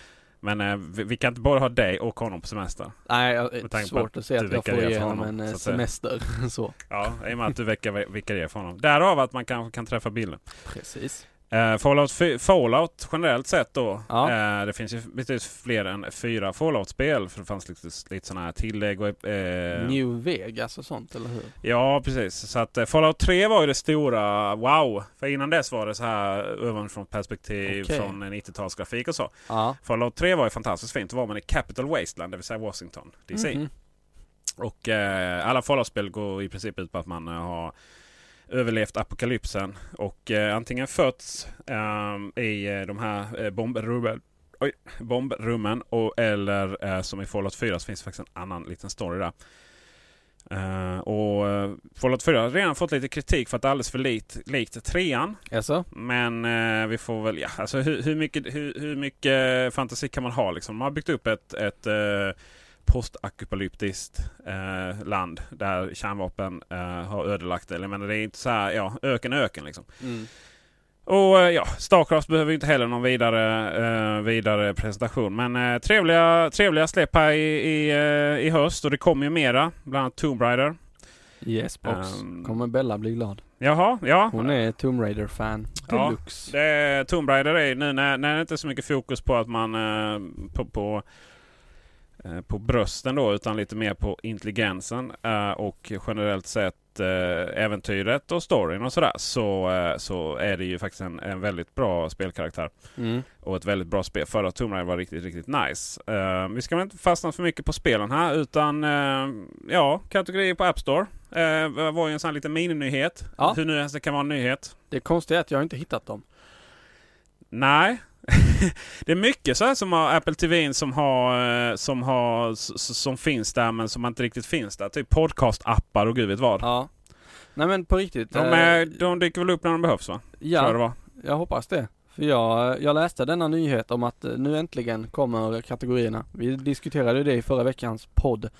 Speaker 3: men eh, vi, vi kan inte både ha dig och honom på semester.
Speaker 4: Nej,
Speaker 3: Med
Speaker 4: jag- det är
Speaker 3: tanke på
Speaker 4: svårt att se
Speaker 3: du
Speaker 4: att jag
Speaker 3: vikarierar
Speaker 4: får
Speaker 3: för
Speaker 4: igenom
Speaker 3: honom,
Speaker 4: en eh,
Speaker 3: så att säga.
Speaker 4: semester. så.
Speaker 3: Ja, i och med att du veckar- vikarierar för honom. Därav att man kanske kan träffa bilden.
Speaker 4: Precis.
Speaker 3: Eh, Fallout, fy- Fallout generellt sett då.
Speaker 4: Ja.
Speaker 3: Eh, det finns ju betydligt fler än fyra Fallout-spel. För det fanns lite, lite sådana här tillägg och... Eh,
Speaker 4: New Vegas och sånt, eller hur?
Speaker 3: ja, precis. Så att eh, Fallout 3 var ju det stora wow. För innan dess var det så här ovanifrån perspektiv
Speaker 4: Okej.
Speaker 3: från en 90-talsgrafik och så.
Speaker 4: Ja.
Speaker 3: Fallout 3 var ju fantastiskt fint. Då var man i Capital Wasteland, det vill säga Washington DC.
Speaker 4: Mhm.
Speaker 3: Och eh, alla Fallout-spel går i princip ut på att man eh, har överlevt apokalypsen och eh, antingen fötts ehm, i eh, de här eh, bombrummen, oj, bombrummen och, eller eh, som i Fallout 4 så finns det faktiskt en annan liten story där. Eh, och eh, Fallout 4 har redan fått lite kritik för att det är alldeles för likt, likt trean.
Speaker 4: Jaså?
Speaker 3: Men eh, vi får väl, ja, alltså hur, hur, mycket, hur, hur mycket fantasi kan man ha liksom? Man har byggt upp ett, ett eh, postapokalyptiskt eh, land där kärnvapen eh, har ödelagt det. Eller, Men det är inte så här, ja, öken är öken liksom.
Speaker 4: Mm.
Speaker 3: Och eh, ja, Starcraft behöver ju inte heller någon vidare, eh, vidare presentation. Men eh, trevliga, trevliga släpp här i, i, eh, i höst och det kommer ju mera. Bland annat Tomb Raider.
Speaker 4: Yes box.
Speaker 3: Ehm.
Speaker 4: Kommer Bella bli glad.
Speaker 3: Jaha, ja.
Speaker 4: Hon är Tomb Raider-fan.
Speaker 3: Ja,
Speaker 4: Deluxe.
Speaker 3: Det är Tomb Raider är ju nu när, när det inte är så mycket fokus på att man eh, på, på, eh, på brösten då utan lite mer på intelligensen eh, och generellt sett eh, äventyret och storyn och sådär så, eh, så är det ju faktiskt en, en väldigt bra spelkaraktär
Speaker 4: Mm.
Speaker 3: och ett väldigt bra spel. Förra Tomb Raider var riktigt, riktigt nice. Eh, vi ska väl inte fastna för mycket på spelen här utan eh, ja, kategorier på App Store. Eh, det var ju en sån här liten mininyhet.
Speaker 4: Ja.
Speaker 3: Hur nu ens det kan vara en nyhet.
Speaker 4: Det konstiga är att jag inte hittat dem.
Speaker 3: Nej. det är mycket så här som har Apple TVn som har, eh, som har s- s- som finns där men som inte riktigt finns där. Typ podcastappar och gud vet vad.
Speaker 4: Ja. Nej men på riktigt.
Speaker 3: De,
Speaker 4: eh,
Speaker 3: är, de dyker väl upp när de behövs va? Tror jag det
Speaker 4: ja,
Speaker 3: var.
Speaker 4: jag hoppas det. För jag, jag läste denna nyhet om att eh, nu äntligen kommer kategorierna. Vi diskuterade ju det i förra veckans podd.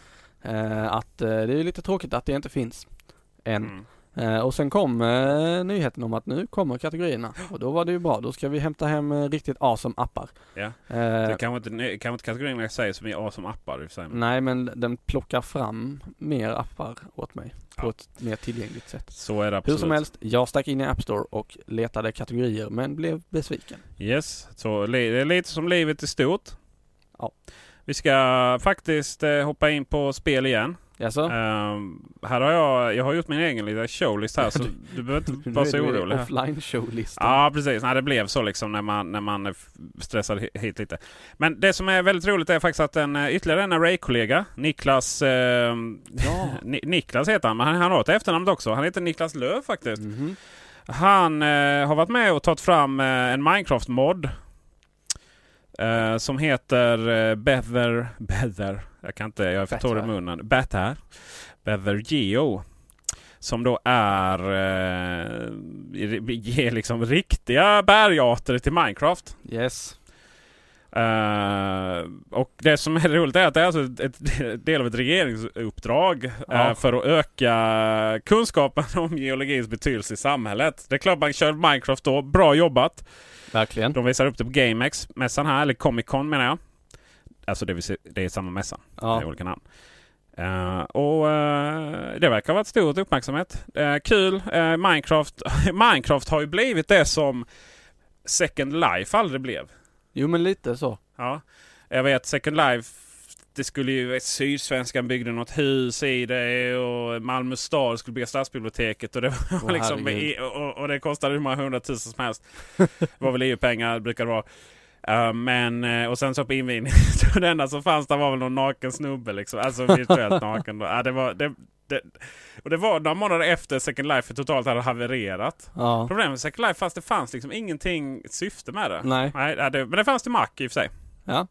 Speaker 4: Eh, att eh, det är lite tråkigt att det inte finns än.
Speaker 3: Mm.
Speaker 4: Eh, och sen kom eh, nyheten om att nu kommer kategorierna. Och då var det ju bra. Då ska vi hämta hem eh, riktigt awesome appar.
Speaker 3: Ja.
Speaker 4: Eh, Mm.
Speaker 3: Det kanske inte, nej, kanske inte kategorierna i sig som är som appar i och för sig. men-
Speaker 4: Nej men den plockar fram mer appar åt mig på
Speaker 3: Ja.
Speaker 4: ett mer tillgängligt sätt.
Speaker 3: Så är det
Speaker 4: Hur
Speaker 3: absolut.
Speaker 4: som helst, jag stack in i App Store och letade kategorier men blev besviken.
Speaker 3: Yes, så li- det är lite som livet i stort.
Speaker 4: Ja.
Speaker 3: Vi ska faktiskt eh, hoppa in på spel igen.
Speaker 4: Jaså?
Speaker 3: Ehm, här har jag, jag har gjort min egen lilla showlist här så du behöver inte vara så orolig. här.
Speaker 4: offline showlistan.
Speaker 3: Ja precis, Nej, det blev så liksom när man, när man eh, f- stressade hi- hit lite. Men det som är väldigt roligt är faktiskt att en, eh, ytterligare en Array-kollega, Niklas... Eh,
Speaker 4: Ja.
Speaker 3: Ni- Niklas heter han, men han, han har ett efternamn också. Han heter Niklas Löv faktiskt.
Speaker 4: Mhm.
Speaker 3: Han eh, har varit med och tagit fram eh, en Minecraft-mod. Eh, som heter eh, Bever... Bever... Jag kan inte, jag är för torr i
Speaker 4: Better.
Speaker 3: munnen. Better. Bever Geo. Som då är... Eh, ger liksom riktiga bergarter till Minecraft.
Speaker 4: Yes.
Speaker 3: Eh, och det som är roligt är att det är alltså ett, ett, del av ett regeringsuppdrag eh,
Speaker 4: Ja.
Speaker 3: för att öka kunskapen om geologins betydelse i samhället. Det är klart man kör Minecraft då. Bra jobbat!
Speaker 4: Verkligen.
Speaker 3: De visar upp det på GameX-mässan här, eller Comic Con menar jag. Alltså det, vill säga, det är samma mässa, med
Speaker 4: Ja.
Speaker 3: olika namn. Eh, och eh, Det verkar ha varit stor uppmärksamhet. Eh, kul! Eh, Minecraft, Minecraft har ju blivit det som Second Life aldrig blev.
Speaker 4: Jo men lite så.
Speaker 3: Ja. Jag vet Second Life, det skulle ju Sydsvenskan byggde något hus i det och Malmö stad skulle bygga stadsbiblioteket och det var
Speaker 4: Åh,
Speaker 3: liksom
Speaker 4: herregud.
Speaker 3: och, och det kostade hur många hundratusen som helst. Det var väl EU-pengar brukar det vara. Eh, men eh, och sen så på invigningen, så det enda som fanns där var väl någon naken snubbe liksom. Alltså virtuellt naken. Då. Ja, det var, det, det, och det var några månader efter Second Life totalt hade havererat.
Speaker 4: Ja.
Speaker 3: Problemet med Second Life fast det fanns liksom ingenting syfte med det.
Speaker 4: Nej.
Speaker 3: ja, det men det fanns till Mac i och för sig.
Speaker 4: Ja.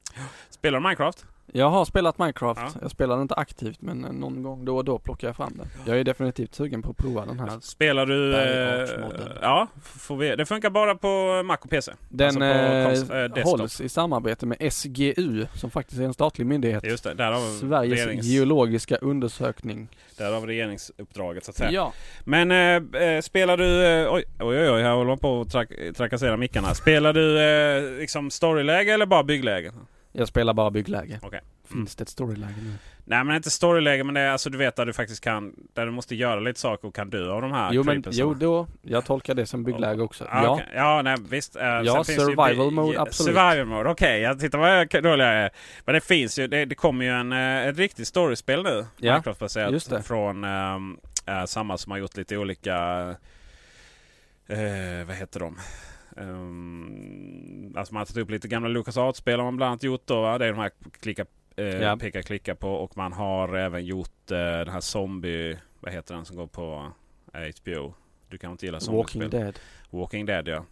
Speaker 3: Spelar du Minecraft?
Speaker 4: Jag har spelat Minecraft.
Speaker 3: Ja.
Speaker 4: Jag spelar inte aktivt men eh, någon gång då och då plockar jag fram det. Jag är definitivt sugen på att prova den här.
Speaker 3: Spelar du...
Speaker 4: Bergarts
Speaker 3: eh,
Speaker 4: modden.
Speaker 3: ja, får vi, det funkar bara på Mac och PC.
Speaker 4: Den
Speaker 3: alltså på
Speaker 4: eh,
Speaker 3: kons- eh, desktop.
Speaker 4: hålls i samarbete med SGU som faktiskt är en statlig myndighet.
Speaker 3: Just det, där har, vi
Speaker 4: Sveriges
Speaker 3: regerings,
Speaker 4: geologiska undersökning.
Speaker 3: där har vi regeringsuppdraget så att säga.
Speaker 4: Ja.
Speaker 3: Men eh, eh, spelar du... Eh, oj, oj, oj, oj, här håller man på att trak- trakassera mickarna. Spelar du eh, liksom storyläge eller bara byggläge?
Speaker 4: Jag spelar bara byggläge.
Speaker 3: Okej.
Speaker 4: Finns det ett storyläge nu?
Speaker 3: Nej men inte storyläge men det är alltså du vet där du faktiskt kan... Där du måste göra lite saker och kan dö av de här
Speaker 4: Jo men,
Speaker 3: creepersarna.
Speaker 4: jo då. Jag tolkar det som byggläge också.
Speaker 3: Ah,
Speaker 4: ja.
Speaker 3: okej. ja, nej visst. eh,
Speaker 4: Ja,
Speaker 3: sen finns det ju
Speaker 4: survival
Speaker 3: bi-
Speaker 4: mode,
Speaker 3: ja,
Speaker 4: absolut.
Speaker 3: Survival mode, okej. jag tittar vad jag- dålig jag är. eh, Men det finns ju, det, det kommer ju en, eh, ett riktigt storiespel nu.
Speaker 4: Ja,
Speaker 3: Minecraft-baserat.
Speaker 4: just det.
Speaker 3: Från ehm, eh, samma som har gjort lite olika... eh, vad heter de? Ehm, alltså man har tagit upp lite gamla Lucas Art-spel har man bland annat gjort då. va? Det är de här klicka, eh,
Speaker 4: Ja.
Speaker 3: peka, klicka på. Och man har även gjort eh, den här zombie... Vad heter den som går på eh, HBO? Du kan inte gilla zombiespel.
Speaker 4: Walking Dead.
Speaker 3: Walking Dead ja.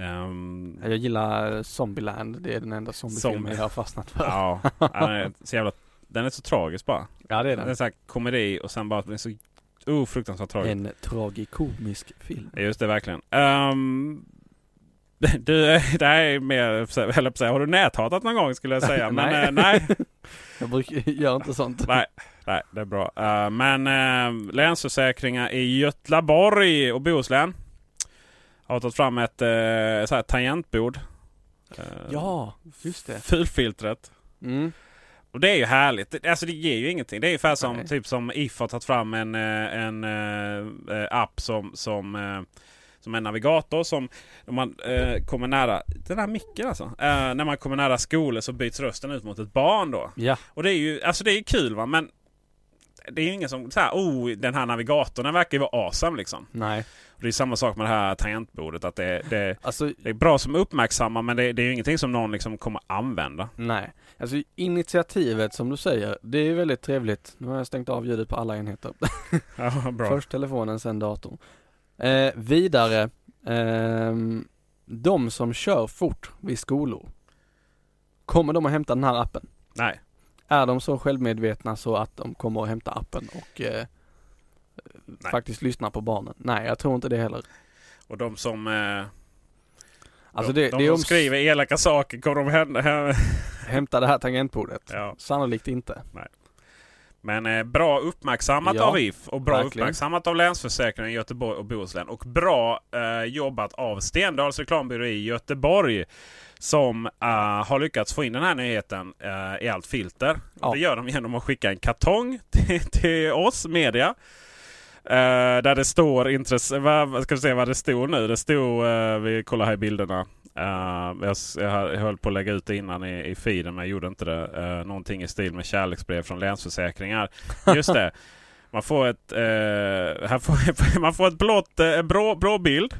Speaker 3: Ehm,
Speaker 4: Jag gillar eh, Zombieland. Det är den enda zombiefilmen
Speaker 3: Zombie.
Speaker 4: jag har fastnat för.
Speaker 3: ja, den är så jävla... Den är så tragisk bara.
Speaker 4: Ja, det är
Speaker 3: Den är så här komedi och sen bara att den är så oh, fruktansvärt tragisk.
Speaker 4: En tragikomisk film.
Speaker 3: Just det, verkligen. Ehm, du, det här är mer, jag höll på att säga, har du näthatat någon gång skulle jag säga. Men
Speaker 4: Nej.
Speaker 3: nej. nej,
Speaker 4: Jag brukar, gör inte sånt.
Speaker 3: nej, nej, det är bra. Eh, men uh, Länsförsäkringar i Göteborg och Bohuslän har tagit fram ett eh, så här tangentbord. Eh,
Speaker 4: Ja, just det.
Speaker 3: Fulfiltret.
Speaker 4: Mm.
Speaker 3: Och det är ju härligt. Det- Alltså det ger ju ingenting. Det är ungefär som
Speaker 4: Nej.
Speaker 3: typ som If har tagit fram en, eh, en eh, eh, app som, som, eh, som en navigator som när man eh, kommer nära den här micken alltså. Eh, när man kommer nära skolor så byts rösten ut mot ett barn då.
Speaker 4: Ja.
Speaker 3: Och det är ju alltså det är ju kul va men det är ju ingen som så här, oh den här navigatorn den verkar ju vara awesome liksom.
Speaker 4: Nej.
Speaker 3: Och det är samma sak med det här tangentbordet att det, det,
Speaker 4: Alltså,
Speaker 3: det är bra som uppmärksamma men det, det är ju ingenting som någon liksom kommer använda.
Speaker 4: nej. Alltså initiativet som du säger, det är ju väldigt trevligt. Nu har jag stängt av ljudet på alla enheter.
Speaker 3: Ja, bra.
Speaker 4: Först telefonen, sen datorn. Eh, vidare, ehm, de som kör fort vid skolor, kommer de att hämta den här appen?
Speaker 3: Nej.
Speaker 4: Är de så självmedvetna så att de kommer att hämta appen och eh, faktiskt lyssna på barnen? Nej, jag tror inte det heller.
Speaker 3: Och de som eh,
Speaker 4: Alltså
Speaker 3: de,
Speaker 4: det,
Speaker 3: de
Speaker 4: det är
Speaker 3: som
Speaker 4: om
Speaker 3: skriver elaka saker kommer de hända. hända-
Speaker 4: hämta det här tangentbordet.
Speaker 3: ja.
Speaker 4: Sannolikt inte.
Speaker 3: Men eh, bra uppmärksammat
Speaker 4: Ja,
Speaker 3: av If och bra
Speaker 4: verkligen.
Speaker 3: uppmärksammat av Länsförsäkringen i Göteborg och Bohuslän. Och bra eh, jobbat av Stendahls reklambyrå i Göteborg. Som eh, har lyckats få in den här nyheten eh, i allt filter.
Speaker 4: Ja.
Speaker 3: Det gör de genom att skicka en kartong till, till oss media. Eh, där det står intresse... Vad, vad ska vi se vad det stod nu? Det stod... eh, vi kollar här i bilderna. Eh, jag, s- jag hö- jag höll på att lägga ut det innan i, i feeden men jag gjorde inte det. Uh, någonting i stil med kärleksbrev från Länsförsäkringar. Just det. Man får ett, eh, här får, man får ett blått, eh, en blå, blå bild.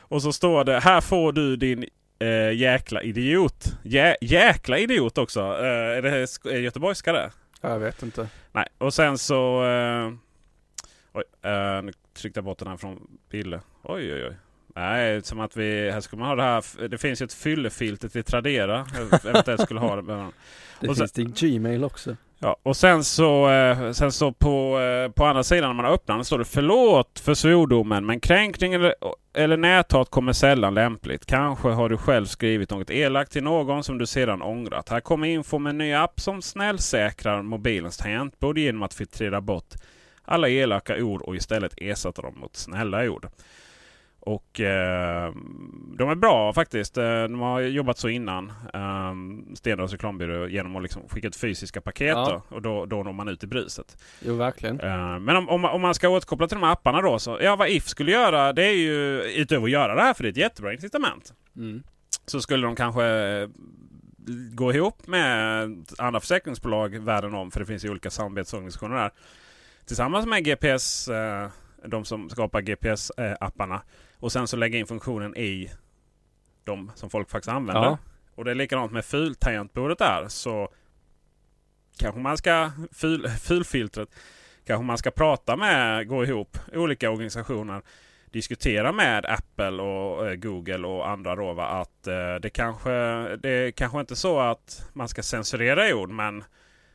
Speaker 3: Och så står det här får du din eh, jäkla idiot. Jä, jäkla idiot också. Eh, är det sk- är göteborgska det?
Speaker 4: Jag vet inte.
Speaker 3: Nej, och sen så... Eh, oj, eh, nu tryckte jag bort den här från bilden. Oj, oj, oj. Nej, som att vi... Här skulle man ha det här... f- Det finns ju ett fyllefilter till Tradera. Eventuellt skulle ha det. men-
Speaker 4: Det
Speaker 3: Och sen-
Speaker 4: finns det i Gmail också.
Speaker 3: Ja, och sen så, eh, sen så på, eh, på andra sidan när man öppnar den står det Förlåt för svordomen men kränkning eller, eller näthat kommer sällan lämpligt. Kanske har du själv skrivit något elakt till någon som du sedan ångrat. Här kommer info med en ny app som snällsäkrar mobilens tangentbord genom att filtrera bort alla elaka ord och istället ersätta dem mot snälla ord. Och eh, de är bra faktiskt. Eh, De har jobbat så innan. Eh, Stendahls reklambyrå genom att liksom skicka ut fysiska paket
Speaker 4: Ja.
Speaker 3: då, och då, då når man ut i bruset.
Speaker 4: Jo, verkligen.
Speaker 3: Eh, Men om, om, man- om man ska återkoppla till de här apparna då. Så, ja, vad If skulle göra, det är ju utöver att göra det här, för det är ett jättebra incitament.
Speaker 4: Mm.
Speaker 3: Så skulle de kanske eh, gå ihop med andra försäkringsbolag världen om, för det finns ju olika samarbetsorganisationer där. Tillsammans med GPS, eh, de som skapar GPS-apparna. Och sen så lägga in funktionen i de som folk faktiskt använder.
Speaker 4: Ja.
Speaker 3: Och det är likadant med fultangentbordet där. Så kanske man ska, ful, fulfiltret, kanske man ska prata med, gå ihop olika organisationer. Diskutera med Apple och eh, Google och andra då va, att eh, det kanske, det är kanske inte så att man ska censurera i ord men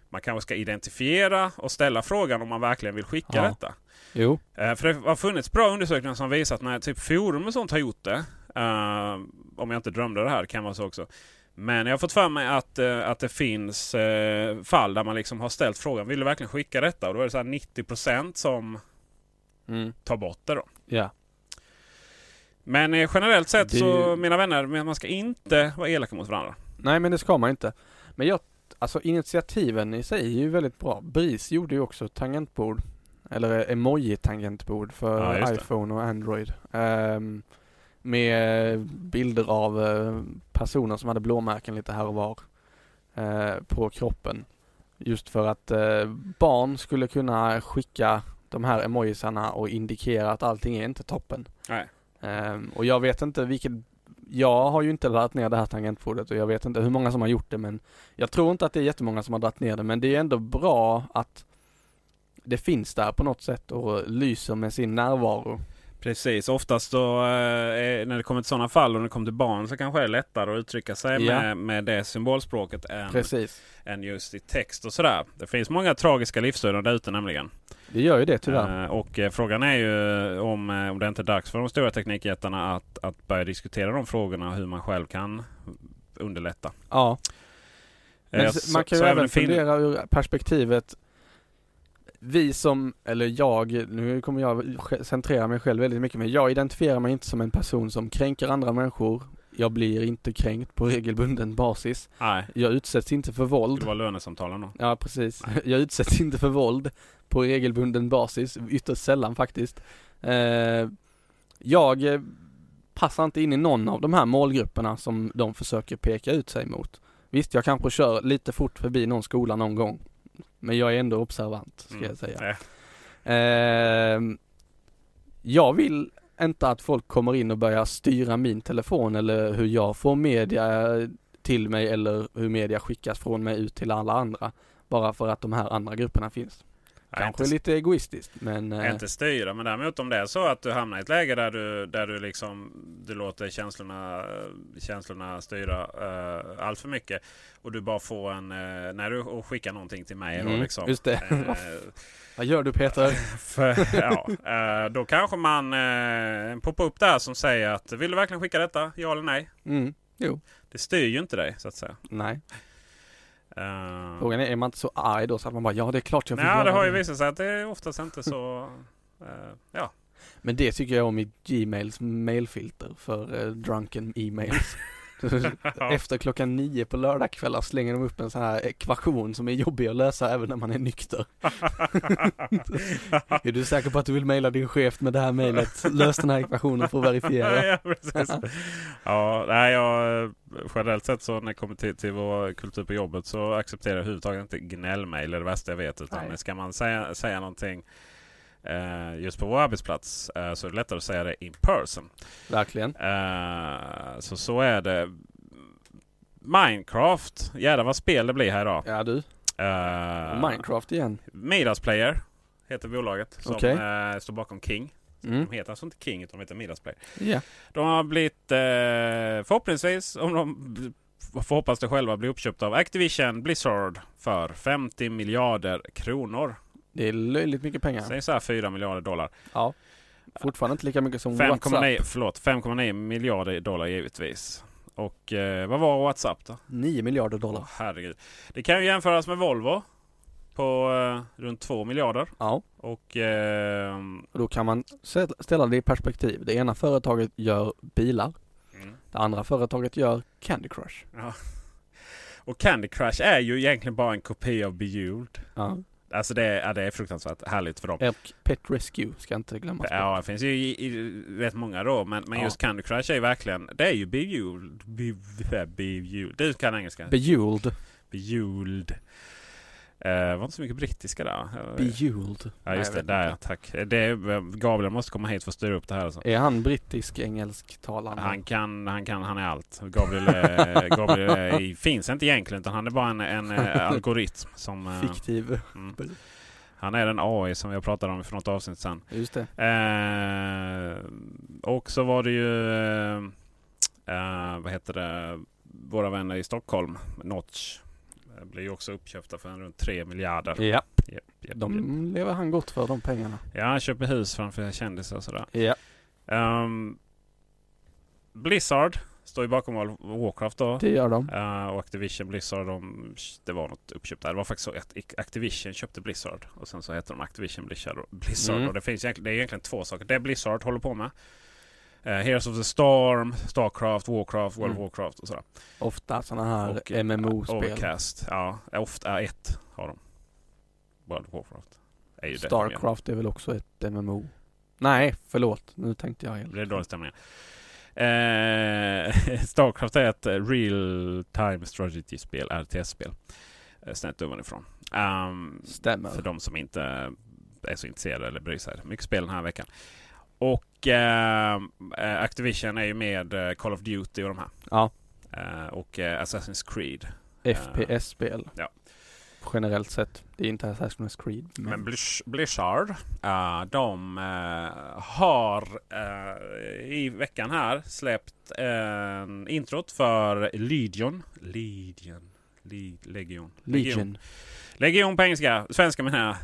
Speaker 3: man kanske ska identifiera och ställa frågan om man verkligen vill skicka
Speaker 4: Ja.
Speaker 3: detta.
Speaker 4: Jo.
Speaker 3: Eh, För det har funnits bra undersökningar som visat när typ forum och sånt har gjort det. Eh, om jag inte drömde det här kan vara så också. Men jag har fått för mig att, eh, att det finns eh, fall där man liksom har ställt frågan Vill du verkligen skicka detta? Och då är det så här 90% som
Speaker 4: Mm.
Speaker 3: tar bort det då.
Speaker 4: Ja.
Speaker 3: Men eh, generellt sett
Speaker 4: Det-
Speaker 3: så mina vänner, men man ska inte vara elaka mot varandra.
Speaker 4: Nej, men det ska man inte. Men jag, alltså initiativen i sig är ju väldigt bra. BRIS gjorde ju också ett tangentbord. Eller emoji-tangentbord
Speaker 3: Ja,
Speaker 4: för
Speaker 3: just det.
Speaker 4: iPhone och Android. Ehm, med bilder av eh, personer som hade blåmärken lite här och var. eh, på kroppen. Just för att eh, barn skulle kunna skicka de här emojisarna och indikera att allting är inte toppen.
Speaker 3: Nej.
Speaker 4: Ehm, och jag vet inte vilket jag har ju inte laddat ner det här tangentbordet och jag vet inte hur många som har gjort det men Jag tror inte att det är jättemånga som har laddat ner det men det är ändå bra att Det finns där på något sätt och lyser med sin närvaro
Speaker 3: Precis, oftast då, eh, när det kommer till sådana fall och när det kommer till barn så kanske det är lättare att uttrycka sig
Speaker 4: Ja.
Speaker 3: med, med det symbolspråket än,
Speaker 4: Precis
Speaker 3: än just i text och sådär. Det finns många tragiska livsöden där ute nämligen.
Speaker 4: Det gör ju det tyvärr
Speaker 3: Eh, och eh, frågan är ju om, eh, om det inte är dags för de stora teknikjättarna att, att börja diskutera de frågorna och hur man själv kan underlätta. Eh,
Speaker 4: Ja Men s-
Speaker 3: så-
Speaker 4: man kan
Speaker 3: så
Speaker 4: ju även
Speaker 3: fin-
Speaker 4: fundera ur perspektivet Vi som, eller jag, nu kommer jag sj- centrera mig själv väldigt mycket men jag identifierar mig inte som en person som kränker andra människor Jag blir inte kränkt på regelbunden basis
Speaker 3: Nej,
Speaker 4: Jag utsätts inte för
Speaker 3: det
Speaker 4: våld
Speaker 3: var lönesamtalen då.
Speaker 4: Ja precis, jag utsätts inte för våld på regelbunden basis, ytterst sällan faktiskt. Eh, jag eh, passar inte in i någon av de här målgrupperna som de försöker peka ut sig mot. Visst, jag kanske kör lite fort förbi någon skola någon gång, men jag är ändå observant ska
Speaker 3: Mm.
Speaker 4: jag säga.
Speaker 3: Eh,
Speaker 4: Ehm, jag vill inte att folk kommer in och börjar styra min telefon eller hur jag får media till mig eller hur media skickas från mig ut till alla andra. Bara för att de här andra grupperna finns.
Speaker 3: nej,
Speaker 4: Kanske
Speaker 3: inte,
Speaker 4: lite egoistiskt men eh,
Speaker 3: inte styra, men däremot om det är så att du hamnar i ett läge där du, där du liksom du låter känslorna, eh, känslorna styra eh, allt för mycket och du bara får en, eh, när du och skickar någonting till mig
Speaker 4: Mm,
Speaker 3: då liksom.
Speaker 4: just det.
Speaker 3: eh,
Speaker 4: vad gör du Peter?
Speaker 3: För, ja, eh, då kanske man eh, poppar upp där som säger att vill du verkligen skicka detta? Ja eller nej?
Speaker 4: Mm,
Speaker 3: Det styr ju inte dig så att säga.
Speaker 4: nej,
Speaker 3: Eh,
Speaker 4: frågan är, är man inte så arg då så att man bara ja det är klart jag vill
Speaker 3: nej,
Speaker 4: göra
Speaker 3: det har ju visat sig att det är oftast inte så... eh, ja.
Speaker 4: Men det tycker jag om i Gmails mailfilter för eh, drunken emails. Efter klockan nio på lördagskvällar slänger de upp en sån här ekvation som är jobbig att lösa även när man är nykter. Är du säker på att du vill mejla din chef med det här mejlet? Lös den här ekvationen för att verifiera.
Speaker 3: ja, precis. ja, nej, jag, eh, generellt sett så när det kommer till, till vår kultur på jobbet så accepterar jag överhuvudtaget inte gnällmejl. Det är det värsta jag vet. Utan
Speaker 4: Nej.
Speaker 3: ska man säga, säga någonting eh, just på vår arbetsplats eh, så är det lättare att säga det in person.
Speaker 4: Verkligen.
Speaker 3: Eh, så så är det. Minecraft. Jävlar vad spel det blir här idag.
Speaker 4: Ja du,
Speaker 3: Uh,
Speaker 4: Minecraft igen.
Speaker 3: Midas Player heter bolaget som
Speaker 4: Okej.
Speaker 3: eh, står bakom King.
Speaker 4: Mm.
Speaker 3: De heter alltså inte King utan de heter Midas Player.
Speaker 4: Ja.
Speaker 3: De har blivit eh, förhoppningsvis, om de b- får hoppas det själva, blir uppköpta av Activision Blizzard för 50 miljarder kronor.
Speaker 4: Det är löjligt mycket pengar.
Speaker 3: Säg så här 4 miljarder dollar.
Speaker 4: Ja. Fortfarande inte lika mycket som WhatsApp.
Speaker 3: 5,9 förlåt, 5,9 miljarder dollar givetvis. Och eh, vad var WhatsApp då?
Speaker 4: 9 miljarder
Speaker 3: Åh,
Speaker 4: dollar.
Speaker 3: herregud. Det kan ju jämföras med Volvo. på eh, runt 2 miljarder.
Speaker 4: Ja.
Speaker 3: Och ehm,
Speaker 4: Och då kan man sä- ställa det i perspektiv. Det ena företaget gör bilar.
Speaker 3: Mm.
Speaker 4: Det andra företaget gör Candy Crush.
Speaker 3: Ja. Och Candy Crush är ju egentligen bara en kopia av Bejeweled.
Speaker 4: Ja.
Speaker 3: Alltså det, är- ja, det är fruktansvärt härligt för dem.
Speaker 4: Mm. Och Pet Rescue ska inte glömmas
Speaker 3: Ja,
Speaker 4: bort.
Speaker 3: det finns ju i, i, rätt många då. Men, men
Speaker 4: Ja.
Speaker 3: just Candy Crush är ju verkligen... Det är ju Bejeweled. Be- Bejeweled. Du kan engelska.
Speaker 4: Bejeweled.
Speaker 3: Bejeweled. Eh, var inte så mycket brittiska där. Eh,
Speaker 4: Bejeweled.
Speaker 3: Ja just
Speaker 4: Nej,
Speaker 3: det,
Speaker 4: jag vet
Speaker 3: där ja,
Speaker 4: inte.
Speaker 3: tack. Det är, Gabriel måste komma hit för att styra upp det här. Alltså.
Speaker 4: Är han brittisk engelsktalande?
Speaker 3: Han kan, han kan, han är allt. Gabriel, är, Gabriel är, finns inte egentligen utan han är bara en, en eh, algoritm. Som, eh,
Speaker 4: Fiktiv.
Speaker 3: mm. Han är den AI som jag pratade om för något avsnitt sedan.
Speaker 4: Just det.
Speaker 3: Eh, och så var det ju, eh, eh, vad heter det, våra vänner i Stockholm, Notch. eh, Blev ju också uppköpta för runt 3 miljarder.
Speaker 4: Ja.
Speaker 3: Japp, japp,
Speaker 4: De Mm.
Speaker 3: japp.
Speaker 4: lever han gott för, de pengarna.
Speaker 3: Ja, han köper hus framför kändisar och sådär.
Speaker 4: Ja.
Speaker 3: Ehm, Blizzard står ju bakom World of Warcraft då.
Speaker 4: Det gör de.
Speaker 3: Eh, och Activision Blizzard, de, det var något uppköp där. Det var faktiskt så att Activision köpte Blizzard. Och sen så heter de Activision Blizzard. Blizzard
Speaker 4: Mm.
Speaker 3: och det, finns egentligen, det är egentligen två saker. Det Blizzard håller på med. eh, Heroes of the Storm, Starcraft, Warcraft, World
Speaker 4: Mm.
Speaker 3: of Warcraft och sådär.
Speaker 4: Ofta sådana här
Speaker 3: Och, eh,
Speaker 4: MMO-spel.
Speaker 3: Overcast. Ja, ofta ett har de. World of Warcraft. är ju det de gör.
Speaker 4: Starcraft är väl också ett MMO? Nej, förlåt. Nu tänkte jag helt.
Speaker 3: Det är dålig stämning. Eh, Starcraft är ett real time strategy-spel, RTS-spel. Eh, Snett ovanifrån. Um, för
Speaker 4: Stämmer.
Speaker 3: de som inte är så intresserade eller bryr sig. Mycket spel den här veckan. Och eh, eh, Activision är ju med eh, Call of Duty och de här.
Speaker 4: Ja.
Speaker 3: Eh, och eh, Assassin's Creed.
Speaker 4: FPS-spel.
Speaker 3: Eh, Ja.
Speaker 4: Generellt sett. Det är inte Assassin's Creed.
Speaker 3: Men
Speaker 4: Men,
Speaker 3: Blish- Blizzard, eh, de eh, har eh, i veckan här släppt en introt för Legion. Legion. Le- Legion.
Speaker 4: Legion.
Speaker 3: Legion på engelska. Svenska menar jag.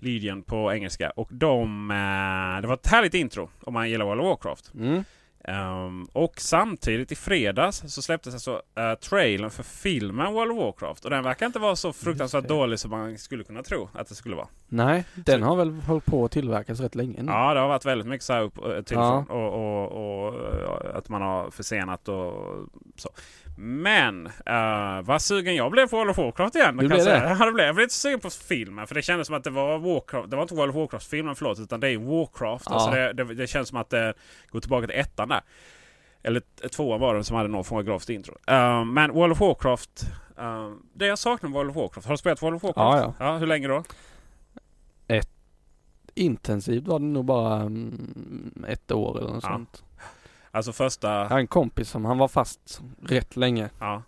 Speaker 3: Legion på engelska. Och de... eh, det var ett härligt intro om man gillar World of Warcraft.
Speaker 4: Mm.
Speaker 3: Ehm, och samtidigt i fredags så släpptes alltså uh, trailern för filmen World of Warcraft. Och den verkar inte vara så fruktansvärt
Speaker 4: Just det.
Speaker 3: dålig som man skulle kunna tro att det skulle vara.
Speaker 4: Nej, den har väl hållit på att tillverkas rätt länge nu.
Speaker 3: Ja, det har varit väldigt mycket så här upp eh, till
Speaker 4: Mm. Ja.
Speaker 3: och, från och, och, och eh, att man har försenat och så. Men eh, vad sugen jag blev på World of Warcraft igen.
Speaker 4: Du
Speaker 3: kan jag
Speaker 4: blev
Speaker 3: säga. Ja, det blev. Jag blev inte så sugen på filmen för det kändes som att det var Warcraft. Det var inte World of Warcraft-filmen förlåt utan det är Warcraft.
Speaker 4: Ja.
Speaker 3: Alltså det, det, det känns som att det går tillbaka till ettan där. Eller t- tvåan var det som hade någon form av grafiskt intro. Eh, men World of Warcraft. eh, det jag saknar med World of Warcraft. Har du spelat World of Warcraft? ja. Hur länge då?
Speaker 4: Intensivt var det nog bara mm, ett år eller något
Speaker 3: Ja.
Speaker 4: sånt.
Speaker 3: Alltså första...
Speaker 4: Jag har en kompis som han var fast rätt länge.
Speaker 3: Ja.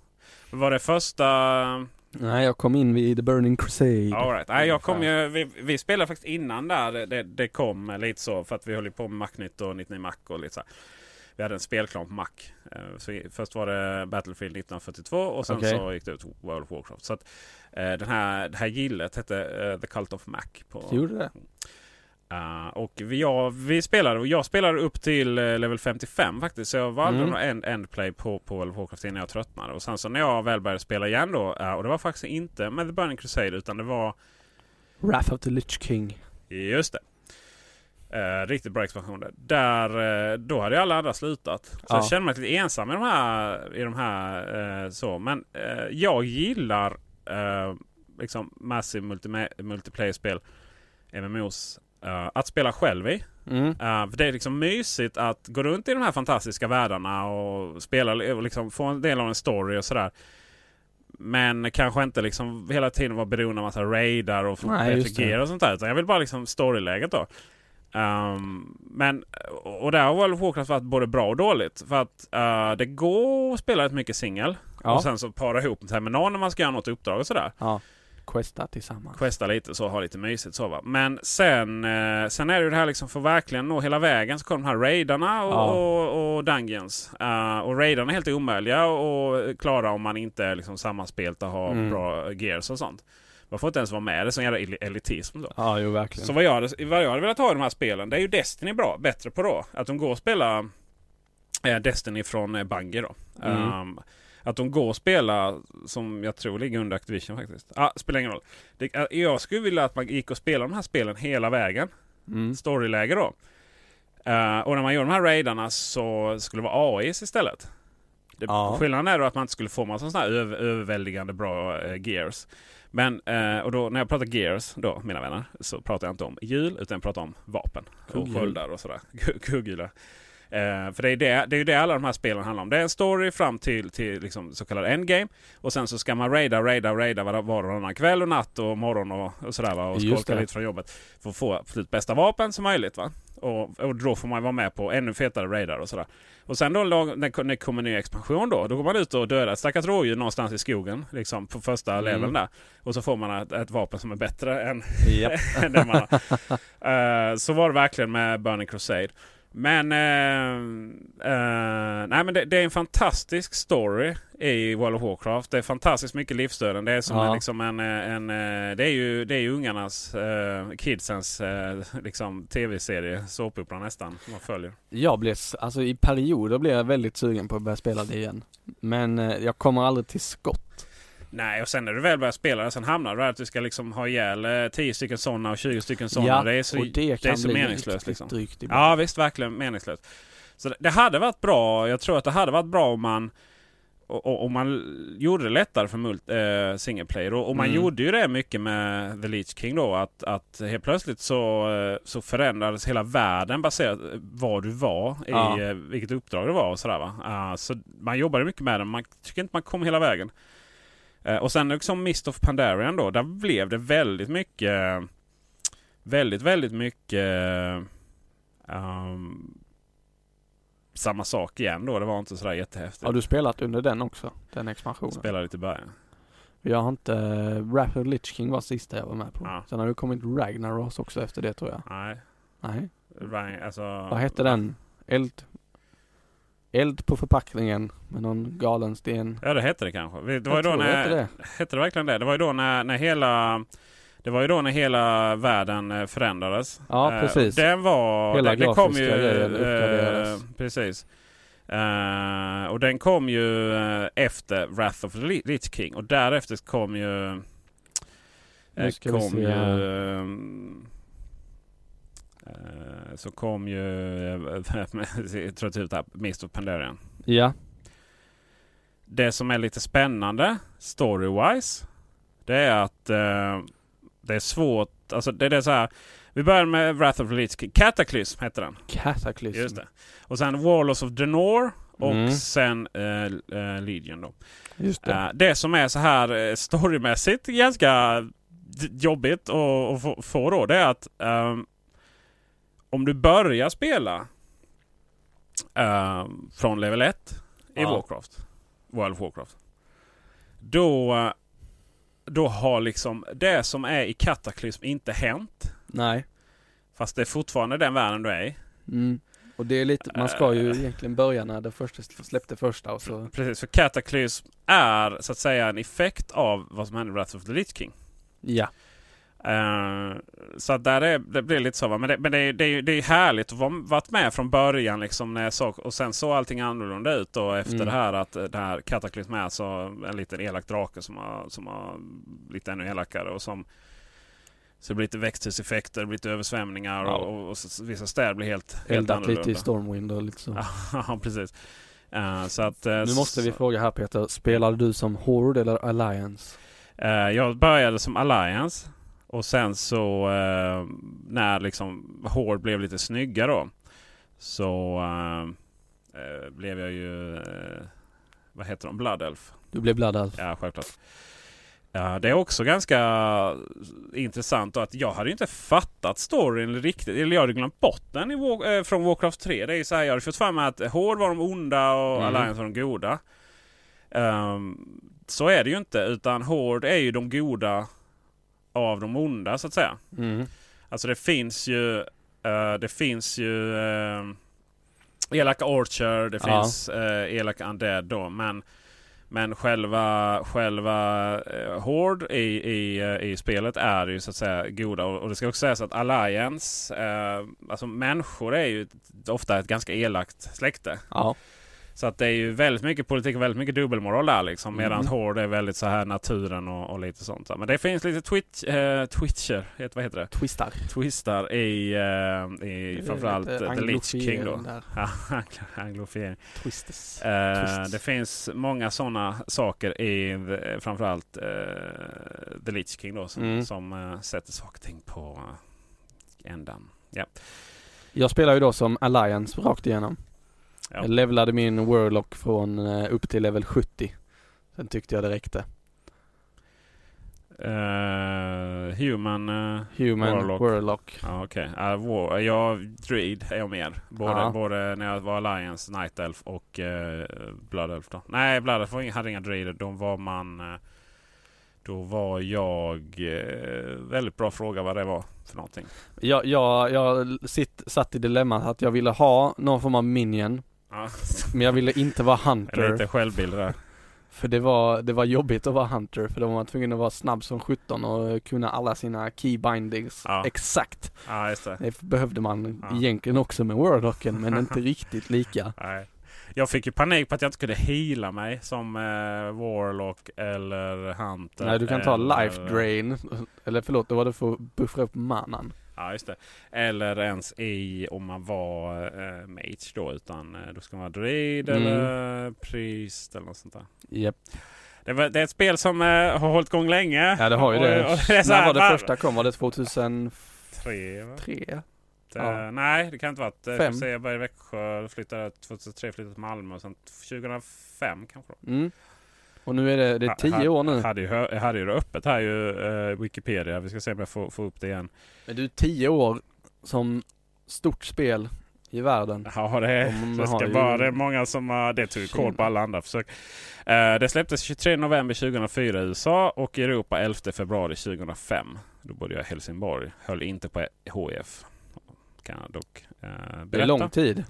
Speaker 3: Var det första...
Speaker 4: Nej, jag kom in vid The Burning Crusade.
Speaker 3: All right. Nej, jag kom ju, vi, vi spelade faktiskt innan där det- det, det kom lite så. För att vi höll ju på med Macnytt och 99 Mac och lite så här. Vi hade en spelklan på Mac. Eh, Så i- först var det Battlefield 1942 och sen
Speaker 4: Okej.
Speaker 3: så gick det ut World of Warcraft. Så att, eh, den här, det här gillet hette eh, The Cult of Mac. På,
Speaker 4: Det gjorde det?
Speaker 3: Eh, och vi, jag, vi spelade och jag spelade upp till eh, level 55 faktiskt. Så jag var aldrig
Speaker 4: Mm.
Speaker 3: någon end, endplay på, på World of Warcraft innan jag tröttnade. Och sen så när jag väl började spela igen då. eh, och det var faktiskt inte med The Burning Crusade utan det var
Speaker 4: Wrath of the Lich King.
Speaker 3: Just det. Eh, riktigt bra expansion där. där eh, då hade ju alla andra slutat. Så
Speaker 4: Ja.
Speaker 3: jag kände mig lite ensam i de här. I de här eh, så. Men eh, jag gillar eh, liksom massive multima- multiplayer-spel. MMOs. eh, att spela själv i.
Speaker 4: Mm.
Speaker 3: Eh, för det är liksom mysigt att gå runt i de här fantastiska världarna och spela och liksom få en del av en story och sådär. Men kanske inte liksom hela tiden vara beroende av massa raidar och
Speaker 4: Nej, just
Speaker 3: FG och sånt där. Utan jag vill bara liksom storyläget då. Ehm, men, och där har World of Warcraft varit både bra och dåligt. För att eh, det går att spela rätt mycket singel.
Speaker 4: Ja.
Speaker 3: Och sen så para ihop det här med någon när man ska göra något uppdrag och sådär
Speaker 4: ja. Questa tillsammans.
Speaker 3: questa lite så ha lite mysigt så va. Men sen, eh, sen är det ju det här liksom för att verkligen nå hela vägen så kommer de här raidarna och,
Speaker 4: Ja.
Speaker 3: och, och dungeons. Eh, och raidarna är helt omöjliga att klara om man inte är liksom sammanspelt och har
Speaker 4: Mm.
Speaker 3: bra gears och sånt. Man får inte ens vara med. Det är sån jävla el- elitism då.
Speaker 4: Ja, jo verkligen.
Speaker 3: Så vad jag, hade, vad jag hade velat ha i de här spelen, det är ju Destiny bra, bättre på då. Att de går att spela eh, Destiny från eh, Bungie då.
Speaker 4: Mm.
Speaker 3: Ehm, Att de går att spela som jag tror ligger under Activision faktiskt. Ah, spelar ingen roll. Det, eh, jag skulle vilja att man gick och spelade de här spelen hela vägen.
Speaker 4: Mm.
Speaker 3: Storyläge då. Eh, och när man gör de här raidarna så skulle det vara AIs istället. Det,
Speaker 4: Ja.
Speaker 3: Skillnaden är då att man inte skulle få massa sådana här över, överväldigande bra eh, gears. Men, eh, och då när jag pratar gears då, mina vänner, så pratar jag inte om hjul utan jag pratar om vapen. Och
Speaker 4: Kugghjul.
Speaker 3: sköldar och sådär. Kugghjul, ja. Eh, för det är, det, det är ju det alla de här spelen handlar om. Det är en story fram till, till liksom så kallad endgame. Och sen så ska man raida, raida, raida var, var och varannan kväll och natt och morgon och, och sådär va. Och
Speaker 4: Just
Speaker 3: skolka
Speaker 4: det.
Speaker 3: lite från jobbet. För att få absolut bästa vapen som möjligt va. Och, och då får man vara med på ännu fetare raidar och sådär. Och sen då lag- när det kommer en ny expansion då. Då går man ut och dödar ett stackars rådjur någonstans i skogen. Liksom på första
Speaker 4: Mm.
Speaker 3: leveln där. Och så får man ett, ett vapen som är bättre än,
Speaker 4: Japp.
Speaker 3: än det man har. Eh, så var det verkligen med Burning Crusade. Men, eh, eh, nej, men det, det är en fantastisk story i World of Warcraft. Det är fantastiskt mycket livsstöden. Det är som
Speaker 4: Ja.
Speaker 3: en, liksom en, eh, en eh, det, är ju, det är ju ungarnas, eh, kidsens eh, liksom, tv-serie, såpopera nästan, som man följer.
Speaker 4: Jag blev, s- alltså i perioder blev jag väldigt sugen på att börja spela det igen. Men eh, jag kommer aldrig till skott.
Speaker 3: Nej, och sen när du väl börjar spela det, sen hamnar du där att du ska liksom ha ihjäl eh, 10 stycken sådana och 20 stycken sådana. det är så,
Speaker 4: och det kan
Speaker 3: är så
Speaker 4: bli
Speaker 3: meningslöst
Speaker 4: riktigt
Speaker 3: liksom.
Speaker 4: drygt typ ibland.
Speaker 3: Ja visst, verkligen meningslöst. Så det, det hade varit bra, jag tror att det hade varit bra om man o- o- om man l- gjorde det lättare för mult, eh, single player. Och, och man
Speaker 4: Mm.
Speaker 3: gjorde ju det mycket med The Leech King då. Att, att helt plötsligt så, eh, så förändrades hela världen baserat eh, var du var. I,
Speaker 4: Ja.
Speaker 3: eh, Vilket uppdrag det var och sådär va. Ah, så man jobbade mycket med den. Man tycker inte man kom hela vägen. Eh, och sen liksom Mist of Pandarian då. Där blev det väldigt mycket eh, Väldigt, väldigt mycket eh, ehm, samma sak igen då. Det var inte sådär jättehäftigt.
Speaker 4: Har du spelat under den också? Den expansionen?
Speaker 3: Spelade lite i början.
Speaker 4: Jag har inte, äh, Rapid Lich King var sista jag var med på.
Speaker 3: Ja.
Speaker 4: Sen har det kommit Ragnaros också efter det tror jag.
Speaker 3: Nej.
Speaker 4: Nej.
Speaker 3: Rang, alltså,
Speaker 4: Vad hette den? Eld Eld på förpackningen med någon galen sten.
Speaker 3: Ja det hette det kanske. Det var ju
Speaker 4: jag
Speaker 3: då
Speaker 4: tror
Speaker 3: när,
Speaker 4: inte det.
Speaker 3: Hette det verkligen det? Det var ju då när, när hela det var ju då när hela världen eh, förändrades.
Speaker 4: Ja,
Speaker 3: Eh,
Speaker 4: precis.
Speaker 3: Den var...
Speaker 4: Hela
Speaker 3: den, den kom
Speaker 4: grafiska
Speaker 3: ju...
Speaker 4: grejen
Speaker 3: eh,
Speaker 4: uppgraderades.
Speaker 3: precis. Eh, och den kom ju eh, efter Wrath of the Lich Lich King. Och därefter kom ju... eh,
Speaker 4: Nu ska vi
Speaker 3: kom
Speaker 4: se
Speaker 3: ju...
Speaker 4: här.
Speaker 3: eh, så kom ju... eh, jag tror typ det här Mist of Pandarian.
Speaker 4: Ja.
Speaker 3: Det som är lite spännande storywise. Det är att eh, det är svårt. Alltså det, det är så här. Vi börjar med Wrath of the Lich King. Cataclysm heter den.
Speaker 4: Cataclysm.
Speaker 3: Just det. Och sen Warlords of Draenor. Och
Speaker 4: Mm.
Speaker 3: sen eh, eh, Legion då.
Speaker 4: Just det.
Speaker 3: Eh, det som är så här eh, storymässigt ganska d- jobbigt att, att få- få då, det är att ehm, om du börjar spela ehm, från level 1 i
Speaker 4: Ja.
Speaker 3: Warcraft, World of Warcraft. Då, eh, då har liksom det som är i Cataclysm inte hänt.
Speaker 4: Nej.
Speaker 3: Fast det är fortfarande den världen du är i.
Speaker 4: Mm. Och det är lite, man ska ju
Speaker 3: Eh.
Speaker 4: egentligen börja när det första släppte första och så.
Speaker 3: Precis, för Cataclysm är så att säga en effekt av vad som hände i Wrath of the Lich King.
Speaker 4: Ja.
Speaker 3: Eh, så att där är, det blir lite så. Va? Men, det, men det, är- det, är ju- det är ju härligt att vara varit med från början. Liksom, när jag såg, och sen såg allting annorlunda ut då, efter
Speaker 4: Mm.
Speaker 3: det här att eh, det här Cataclysm är alltså en liten elak drake som har, som har blivit ännu elakare. Och som, så det blir lite växthuseffekter, det blir lite översvämningar
Speaker 4: Ja.
Speaker 3: och, och, och så, vissa städer blir helt, helt
Speaker 4: Eldat lite i
Speaker 3: annorlunda.
Speaker 4: Stormwind och lite så.
Speaker 3: Ja, precis. Eh, så att, eh,
Speaker 4: Nu måste vi
Speaker 3: så-
Speaker 4: fråga här Peter, spelar du som Horde eller Alliance?
Speaker 3: Eh, jag började som Alliance. Och sen så eh, när liksom hår blev lite snygga då. Så eh, eh, blev jag ju... Eh, vad heter de? Blood Elf.
Speaker 4: Du blev Blood Elf.
Speaker 3: Ja, självklart. Ja, det är också ganska intressant då att jag hade ju inte fattat storyn riktigt. Eller jag hade glömt bort den i War, eh, från Warcraft 3. Det är ju så här, jag hade fått fram att Horde var de onda och
Speaker 4: Mm.
Speaker 3: Alliance var de goda. Ehm, så är det ju inte. Utan Horde är ju de goda av de onda så att säga.
Speaker 4: Mm.
Speaker 3: Alltså det finns ju... eh, det finns ju... Uh, elaka Orcher, det
Speaker 4: Ja.
Speaker 3: finns uh, elaka Undead då. Men, men själva, själva uh, Horde i, i, eh, i spelet är ju så att säga goda. Och, och det ska också sägas att Alliance, eh, alltså människor är ju ett- ofta ett ganska elakt släkte.
Speaker 4: Ja.
Speaker 3: Så att det är ju väldigt mycket politik och väldigt mycket dubbelmoral där liksom. Medan
Speaker 4: Mm.
Speaker 3: Hård är väldigt så här naturen och, och lite sånt. där. Men det finns lite twitch, eh, twitcher, heter, vad heter det?
Speaker 4: Twistar.
Speaker 3: Twistar i, eh, i framförallt
Speaker 4: Lite
Speaker 3: eh, The Lich King då.
Speaker 4: anglofiering där.
Speaker 3: Ja, Anglofiering.
Speaker 4: Twisters.
Speaker 3: Eh,
Speaker 4: Twists.
Speaker 3: det finns många sådana saker i the, framförallt eh, The Lich King då som,
Speaker 4: Mm.
Speaker 3: som eh, sätter saker och ting på eh, ändan. Ja.
Speaker 4: Jag spelar ju då som Alliance rakt igenom.
Speaker 3: Ja.
Speaker 4: Jag levlade min Warlock från eh, upp till level 70. Sen tyckte jag det räckte.
Speaker 3: Eh, human... eh,
Speaker 4: Human
Speaker 3: Warlock.
Speaker 4: Warlock.
Speaker 3: Ja okej. Okay. war, jag druid är jag mer. Både,
Speaker 4: Ja.
Speaker 3: både när jag var Alliance, Night Elf och eh, Blood Elf då. Nej Blood Elf var inga- hade inga druider. De var man... eh, Då var jag... eh, Väldigt bra fråga vad det var för någonting.
Speaker 4: Jag, jag, jag sitt, satt i dilemmat att jag ville ha någon form av minion,
Speaker 3: Ja.
Speaker 4: men jag ville inte vara
Speaker 3: Eller
Speaker 4: hunter.
Speaker 3: lite självbild där.
Speaker 4: För det var, det var jobbigt att vara hunter, för då var man tvungen att vara snabb som 17 och kunna alla sina key bindings
Speaker 3: Ja.
Speaker 4: exakt.
Speaker 3: Ja just det.
Speaker 4: Det behövde man
Speaker 3: Ja.
Speaker 4: egentligen också med Warlocken, men inte riktigt lika.
Speaker 3: Nej. Jag fick ju panik på att jag inte kunde heala mig som eh, Warlock eller Hunter.
Speaker 4: Nej, du kan ta
Speaker 3: eller-
Speaker 4: life drain, eller förlåt, då var det för att buffra upp manan.
Speaker 3: Ja, just det. Eller ens i om man var eh, mage då. Utan eh, då ska man vara druid
Speaker 4: Mm.
Speaker 3: eller priest eller något sånt där.
Speaker 4: Japp.
Speaker 3: Det, var, det är ett spel som eh, har hållit igång länge.
Speaker 4: Ja det har ju
Speaker 3: Och-
Speaker 4: det.
Speaker 3: och det är så
Speaker 4: När
Speaker 3: här,
Speaker 4: var
Speaker 3: va-
Speaker 4: det första kom? Var det 2003?
Speaker 3: Tre, va? Eh,
Speaker 4: Ja.
Speaker 3: Nej, det kan inte vara att...
Speaker 4: Fem.
Speaker 3: Fem. Jag började i Växjö, flyttade 2003, flyttade till Malmö och sen 2005 kanske. Då.
Speaker 4: Mm. Och nu är det, det är tio år nu.
Speaker 3: Jag hade ju, hö- jag hade ju det öppet här ju, eh, Wikipedia. Vi ska se om jag får, får upp det igen.
Speaker 4: Men du, tio år som stort spel i världen.
Speaker 3: Ja, det är,
Speaker 4: De
Speaker 3: det ska
Speaker 4: har ju-
Speaker 3: vara, det är många som har... Det tog ju koll på
Speaker 4: Tjena.
Speaker 3: alla andra försök. Eh, det släpptes 23 november 2004 i USA och i Europa 11 februari 2005. Då bodde jag i Helsingborg. Höll inte på HF. Kan jag dock eh, berätta.
Speaker 4: Det är lång tid.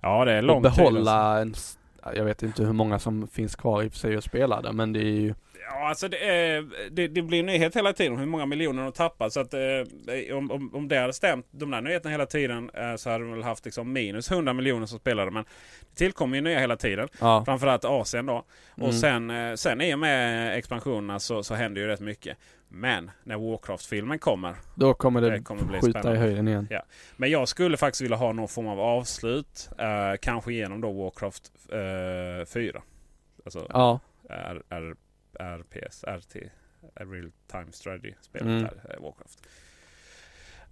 Speaker 3: Ja, det är
Speaker 4: Och
Speaker 3: lång tid. alltså.
Speaker 4: behålla en, s- ja, jag vet inte hur många som finns kvar i och för sig och spelar det, men det är ju,
Speaker 3: Ja, alltså det, är, det, det blir nyhet hela tiden om hur många miljoner de tappar. Så att, eh, om, om, om det hade stämt, de där nyheterna hela tiden, eh, så hade de väl haft liksom, minus 100 miljoner som spelare. Men det tillkommer ju nya hela tiden.
Speaker 4: ja.
Speaker 3: Framförallt Asien då. Och
Speaker 4: Mm.
Speaker 3: sen, eh, sen i och med expansionerna så, så händer ju rätt mycket. Men när Warcraft-filmen kommer.
Speaker 4: Då kommer det,
Speaker 3: Det kommer bli
Speaker 4: skjuta
Speaker 3: spännande.
Speaker 4: i höjden igen.
Speaker 3: Men jag skulle faktiskt vilja ha någon form av avslut. Eh, kanske genom då Warcraft eh, 4. Alltså
Speaker 4: Ja.
Speaker 3: R, R, RPS, RT, Real Time Strategy spelet
Speaker 4: Mm.
Speaker 3: där, eh, Warcraft.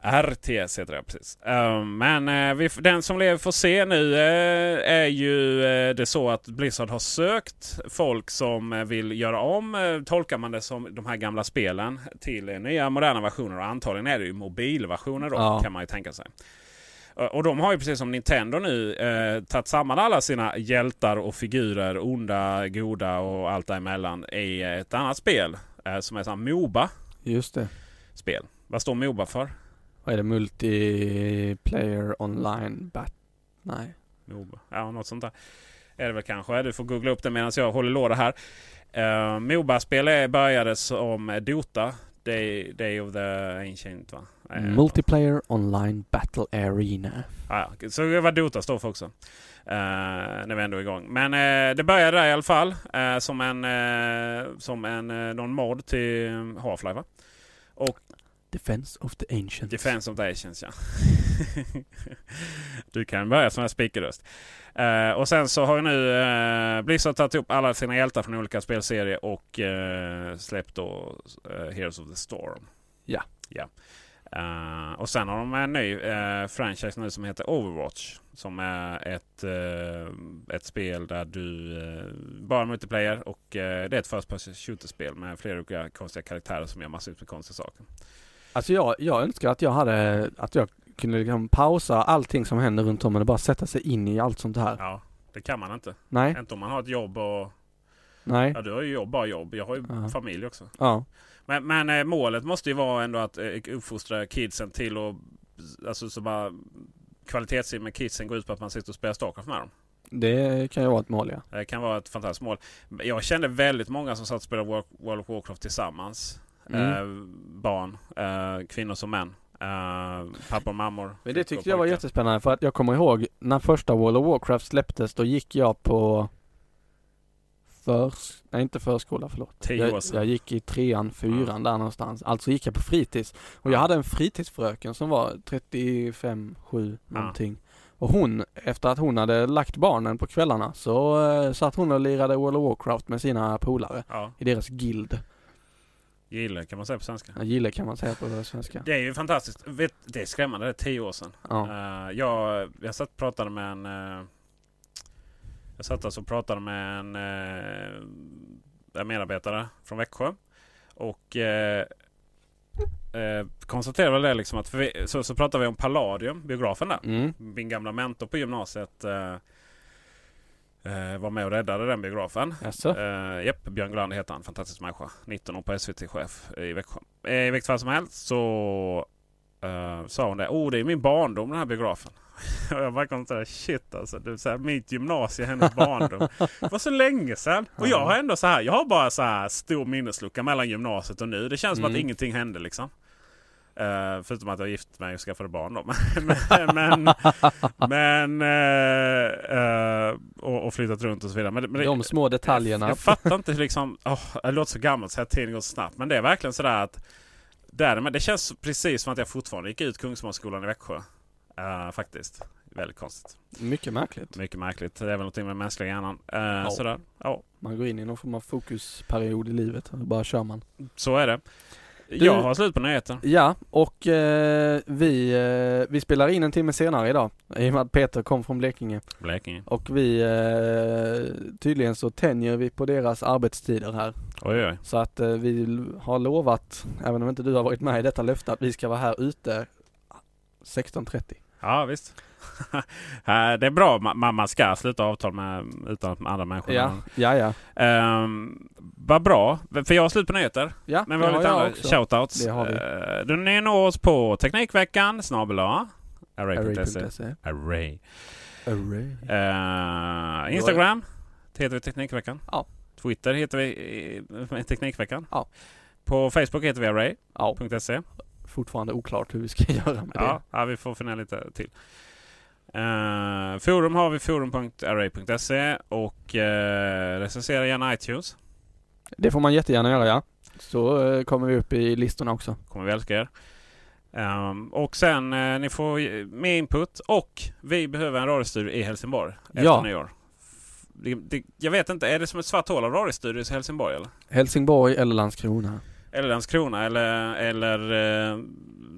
Speaker 3: RTS heter det precis. Eh, men eh, vi, f- den som lever får se nu eh, är ju eh, det så att Blizzard har sökt folk som eh, vill göra om, eh, tolkar man det som, de här gamla spelen till eh, nya moderna versioner. Och antagligen är det ju mobilversioner då
Speaker 4: Ja.
Speaker 3: kan man ju tänka sig. Eh, Och de har ju precis som Nintendo nu eh, tagit samman alla sina hjältar och figurer, onda, goda och allt däremellan i eh, ett annat spel eh, som är sån Moba-spel.
Speaker 4: Just det.
Speaker 3: Vad står Moba för?
Speaker 4: Vad är det? Multiplayer online bat? Nej.
Speaker 3: Moba. Ja, något sånt där. Är det väl kanske. Du får googla upp det medan jag håller låda här. Uh, Moba-spel är- började som Dota. Day, Day of the Ancient va? Eh,
Speaker 4: Multiplayer online battle arena.
Speaker 3: Ja, ja. så det var Dota står för också. Eh, när vi ändå är igång. Men eh, det började där i alla fall. eh, som en, eh, som en eh, någon mod till Half-Life va?
Speaker 4: Defense of the Ancients.
Speaker 3: Defense of the Asians ja. du kan börja som en speakerröst. Eh, och sen så har ju nu uh, Blizzard tagit upp alla sina hjältar från olika spelserier och eh, släppt då eh, Heroes of the Storm.
Speaker 4: Ja.
Speaker 3: ja. Eh, och sen har de en ny eh, franchise nu som heter Overwatch. Som är ett, eh, ett spel där du eh, bara multiplayer och eh, det är ett first person shooter-spel med flera olika konstiga karaktärer som gör massor med konstiga saker.
Speaker 4: Alltså jag, jag önskar att jag hade, att jag kunde liksom pausa allting som händer runt om och bara sätta sig in i allt sånt här.
Speaker 3: Ja, det kan man inte.
Speaker 4: Nej,
Speaker 3: Inte om man har ett jobb och...
Speaker 4: nej,
Speaker 3: Ja, du har ju jobb, bara jobb. Jag har ju
Speaker 4: Ja.
Speaker 3: familj också.
Speaker 4: ja.
Speaker 3: Men, men eh, målet måste ju vara ändå att eh, uppfostra kidsen till och... Alltså så bara... Kvalitetssim med kidsen går ut på att man sitter och spelar Starcraft med dem.
Speaker 4: Det kan ju vara ett mål ja.
Speaker 3: Det kan vara ett fantastiskt mål. Jag kände väldigt många som satt och spelade War- World of Warcraft tillsammans.
Speaker 4: Mm.
Speaker 3: Eh, barn, eh, kvinnor som män. Uh, pappor och mammor.
Speaker 4: Men det
Speaker 3: flickor
Speaker 4: tyckte
Speaker 3: och
Speaker 4: jag var
Speaker 3: pojkar.
Speaker 4: jättespännande för att jag kommer ihåg när första World of Warcraft släpptes då gick jag på förs... Nej inte förskola, förlåt.
Speaker 3: Tio år
Speaker 4: Jag,
Speaker 3: sedan.
Speaker 4: jag gick i trean, fyran där någonstans. Alltså gick jag på fritids. Och jag hade en fritidsfröken som var 35, 7
Speaker 3: Ja.
Speaker 4: någonting. Och hon, efter att hon hade lagt barnen på kvällarna så eh, satt hon och lirade World of Warcraft med sina polare
Speaker 3: Ja,
Speaker 4: i deras guild.
Speaker 3: gillar kan man säga på svenska.
Speaker 4: Jag gillar kan man säga på svenska.
Speaker 3: Det är ju fantastiskt. Vet, det är skrämmande. Det är tio år sedan.
Speaker 4: Ja.
Speaker 3: Eh, jag, jag satt och pratade med en... eh, jag satt alltså och pratade med en, eh, en medarbetare från Växjö. Och eh, eh, konstaterade väl det liksom att... För vi, så, så pratade vi om Palladium, biografen där.
Speaker 4: Mm.
Speaker 3: Min gamla mentor på gymnasiet eh, eh, var med och räddade den biografen.
Speaker 4: Jaså?
Speaker 3: Eh, Japp, Björn Glander heter han. Fantastisk människa. 19 år på SVT-chef i Växjö. Eh, I vilket fall som helst så eh, sa hon det. Oh, det är min barndom den här biografen. Och jag bara konstaterade shit alltså. Det är så här, mitt gymnasie är hennes barndom. Det var så länge sedan. Och jag har ändå så här. Jag har bara så här stor minneslucka mellan gymnasiet och nu. Det känns som
Speaker 4: Mm.
Speaker 3: att ingenting hände liksom. Eh, förutom att jag gift mig och skaffade barn då. men, men, men eh, eh, och, och flyttat runt och så vidare. Men, det- men det-
Speaker 4: De små detaljerna.
Speaker 3: jag fattar inte hur liksom, åh, det låter så gammalt så här tiden går så snabbt. Men det är verkligen sådär att därmed, det känns precis som att jag fortfarande gick ut Kungsholmsskolan i Växjö. Eh, faktiskt. Väldigt konstigt.
Speaker 4: Mycket märkligt.
Speaker 3: Mycket märkligt. Det är väl någonting med den mänskliga hjärnan. Eh, Sådär. Ja,
Speaker 4: Man går in i någon form av fokusperiod i livet och bara kör man.
Speaker 3: så är det.
Speaker 4: Du-
Speaker 3: Jag har slut på nyheter.
Speaker 4: Ja, och eh, vi, eh, vi spelar in en timme senare idag i och med att Peter kom från Blekinge.
Speaker 3: Blekinge.
Speaker 4: Och vi, eh, tydligen så tänjer vi på deras arbetstider här.
Speaker 3: Oj, oj.
Speaker 4: Så att eh, vi l- har lovat, även om inte du har varit med i detta löfte, att vi ska vara här ute 16.30.
Speaker 3: Ja, visst. Eh, det är bra. Ma- ma- man ska sluta avtal med utan att andra människor.
Speaker 4: Ja, ja, ja.
Speaker 3: Ehm, Vad bra. För jag har slut på nyheter.
Speaker 4: ja
Speaker 3: Men vi har
Speaker 4: det
Speaker 3: lite
Speaker 4: jag
Speaker 3: andra
Speaker 4: också.
Speaker 3: shoutouts.
Speaker 4: Det har vi.
Speaker 3: Eh, Du ni når oss på Teknikveckan snabel Array.se.
Speaker 4: Array.se.
Speaker 3: Array.
Speaker 4: E. Array. E.
Speaker 3: Eh, Instagram det heter vi Teknikveckan.
Speaker 4: Ja.
Speaker 3: Twitter heter vi eh, Teknikveckan.
Speaker 4: Ja.
Speaker 3: På Facebook heter vi Array.se.
Speaker 4: Ja, fortfarande oklart hur vi ska göra med det.
Speaker 3: E. Ja, ja, vi får fundera lite till. Eh, forum har vi forum.array.se och uh, recensera gärna iTunes.
Speaker 4: Det får man jättegärna göra ja. Så eh, kommer vi upp i listorna också.
Speaker 3: kommer vi älska er. Ehm, och sen eh, ni får eh, mer input och vi behöver en radiostudio i Helsingborg efter
Speaker 4: Ja.
Speaker 3: nyår. F- Det, det, jag vet inte, är det som ett svart hål av radiostudios i Helsingborg eller?
Speaker 4: Helsingborg eller Landskrona.
Speaker 3: Eller Landskrona eller, eller eh,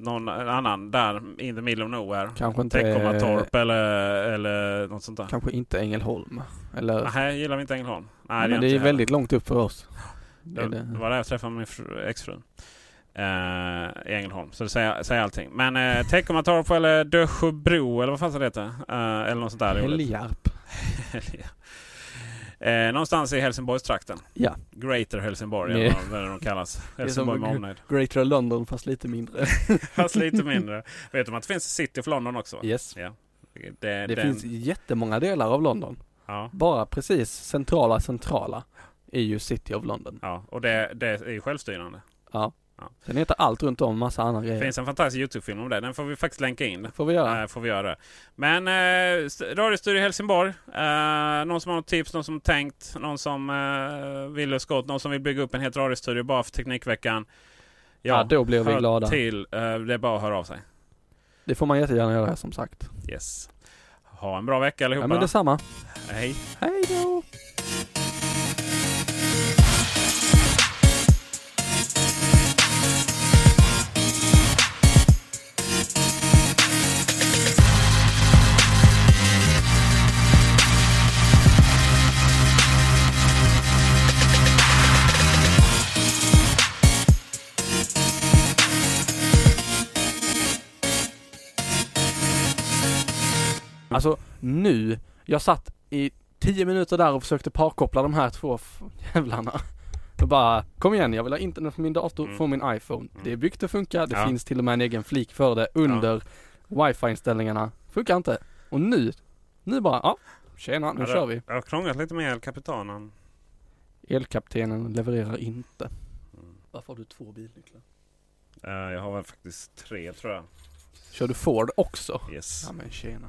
Speaker 3: någon annan där in the middle of nowhere.
Speaker 4: Kanske inte,
Speaker 3: Teckomatorp eller, eller något sånt där.
Speaker 4: kanske inte Ängelholm. Eller,
Speaker 3: Nej, gillar vi inte Ängelholm. Nej,
Speaker 4: men
Speaker 3: gör
Speaker 4: det är
Speaker 3: inte jag.
Speaker 4: väldigt långt upp för oss. Det
Speaker 3: Det
Speaker 4: är det.
Speaker 3: var där jag träffade min fru, exfru. Eh, I Ängelholm. Så det säger, säger allting. Men eh, Teckomatorp eller Dösjöbro eller vad fan det heter. Eh, eller något sånt där. roligt.
Speaker 4: Helgarp.
Speaker 3: eh, någonstans i Helsingborgstrakten.
Speaker 4: Ja.
Speaker 3: Greater Helsingborg
Speaker 4: Nej.
Speaker 3: eller vad vad de kallas.
Speaker 4: är som
Speaker 3: Helsingborg med
Speaker 4: gr-
Speaker 3: omnejd.
Speaker 4: Greater London fast lite mindre.
Speaker 3: Fast lite mindre. Vet du om att det finns City of London också? va?
Speaker 4: Yes.
Speaker 3: Det,
Speaker 4: Det
Speaker 3: den,
Speaker 4: finns jättemånga delar av London.
Speaker 3: Ja,
Speaker 4: Bara precis centrala centrala är ju City of London.
Speaker 3: ja. Och det, det är ju självstyrande.
Speaker 4: Ja.
Speaker 3: Ja.
Speaker 4: Sen heter allt runt om massa andra
Speaker 3: Det
Speaker 4: grejer.
Speaker 3: finns en fantastisk Youtube-film om det. Den får vi faktiskt länka in.
Speaker 4: Får vi göra?
Speaker 3: Eh, får vi göra det. Men eh, st- Radiostudio Helsingborg. Eh, någon som har något tips, någon som har tänkt, någon som eh, vill oss gott, någon som vill bygga upp en helt radiostudio bara för Teknikveckan.
Speaker 4: Ja, då blir vi
Speaker 3: hör
Speaker 4: glada.
Speaker 3: till. Eh, det är bara att höra av sig.
Speaker 4: Det får man jättegärna göra som sagt.
Speaker 3: Yes. Ha en bra vecka
Speaker 4: Ja
Speaker 3: allihopa.
Speaker 4: men detsamma.
Speaker 3: Hej.
Speaker 4: Hej då!
Speaker 3: Mm.
Speaker 4: Alltså nu, jag satt i tio minuter där och försökte parkoppla de här två f- jävlarna. Och bara, kom igen jag vill ha internet från min dator,
Speaker 3: Mm.
Speaker 4: från min iPhone. Det är byggt att funka, det
Speaker 3: Ja.
Speaker 4: finns till och med en egen flik för det under wifi-inställningarna. Funkar inte. Och nu, nu bara, ja, tjena nu
Speaker 3: Ja, det-
Speaker 4: kör vi.
Speaker 3: Jag har krånglat lite med El Capitanen. Mm.
Speaker 4: Elkaptenen levererar inte. Varför har du två bilnycklar?
Speaker 3: Eh, jag har väl faktiskt tre tror jag.
Speaker 4: Kör du Ford också?
Speaker 3: Yes.
Speaker 4: Ja men tjena.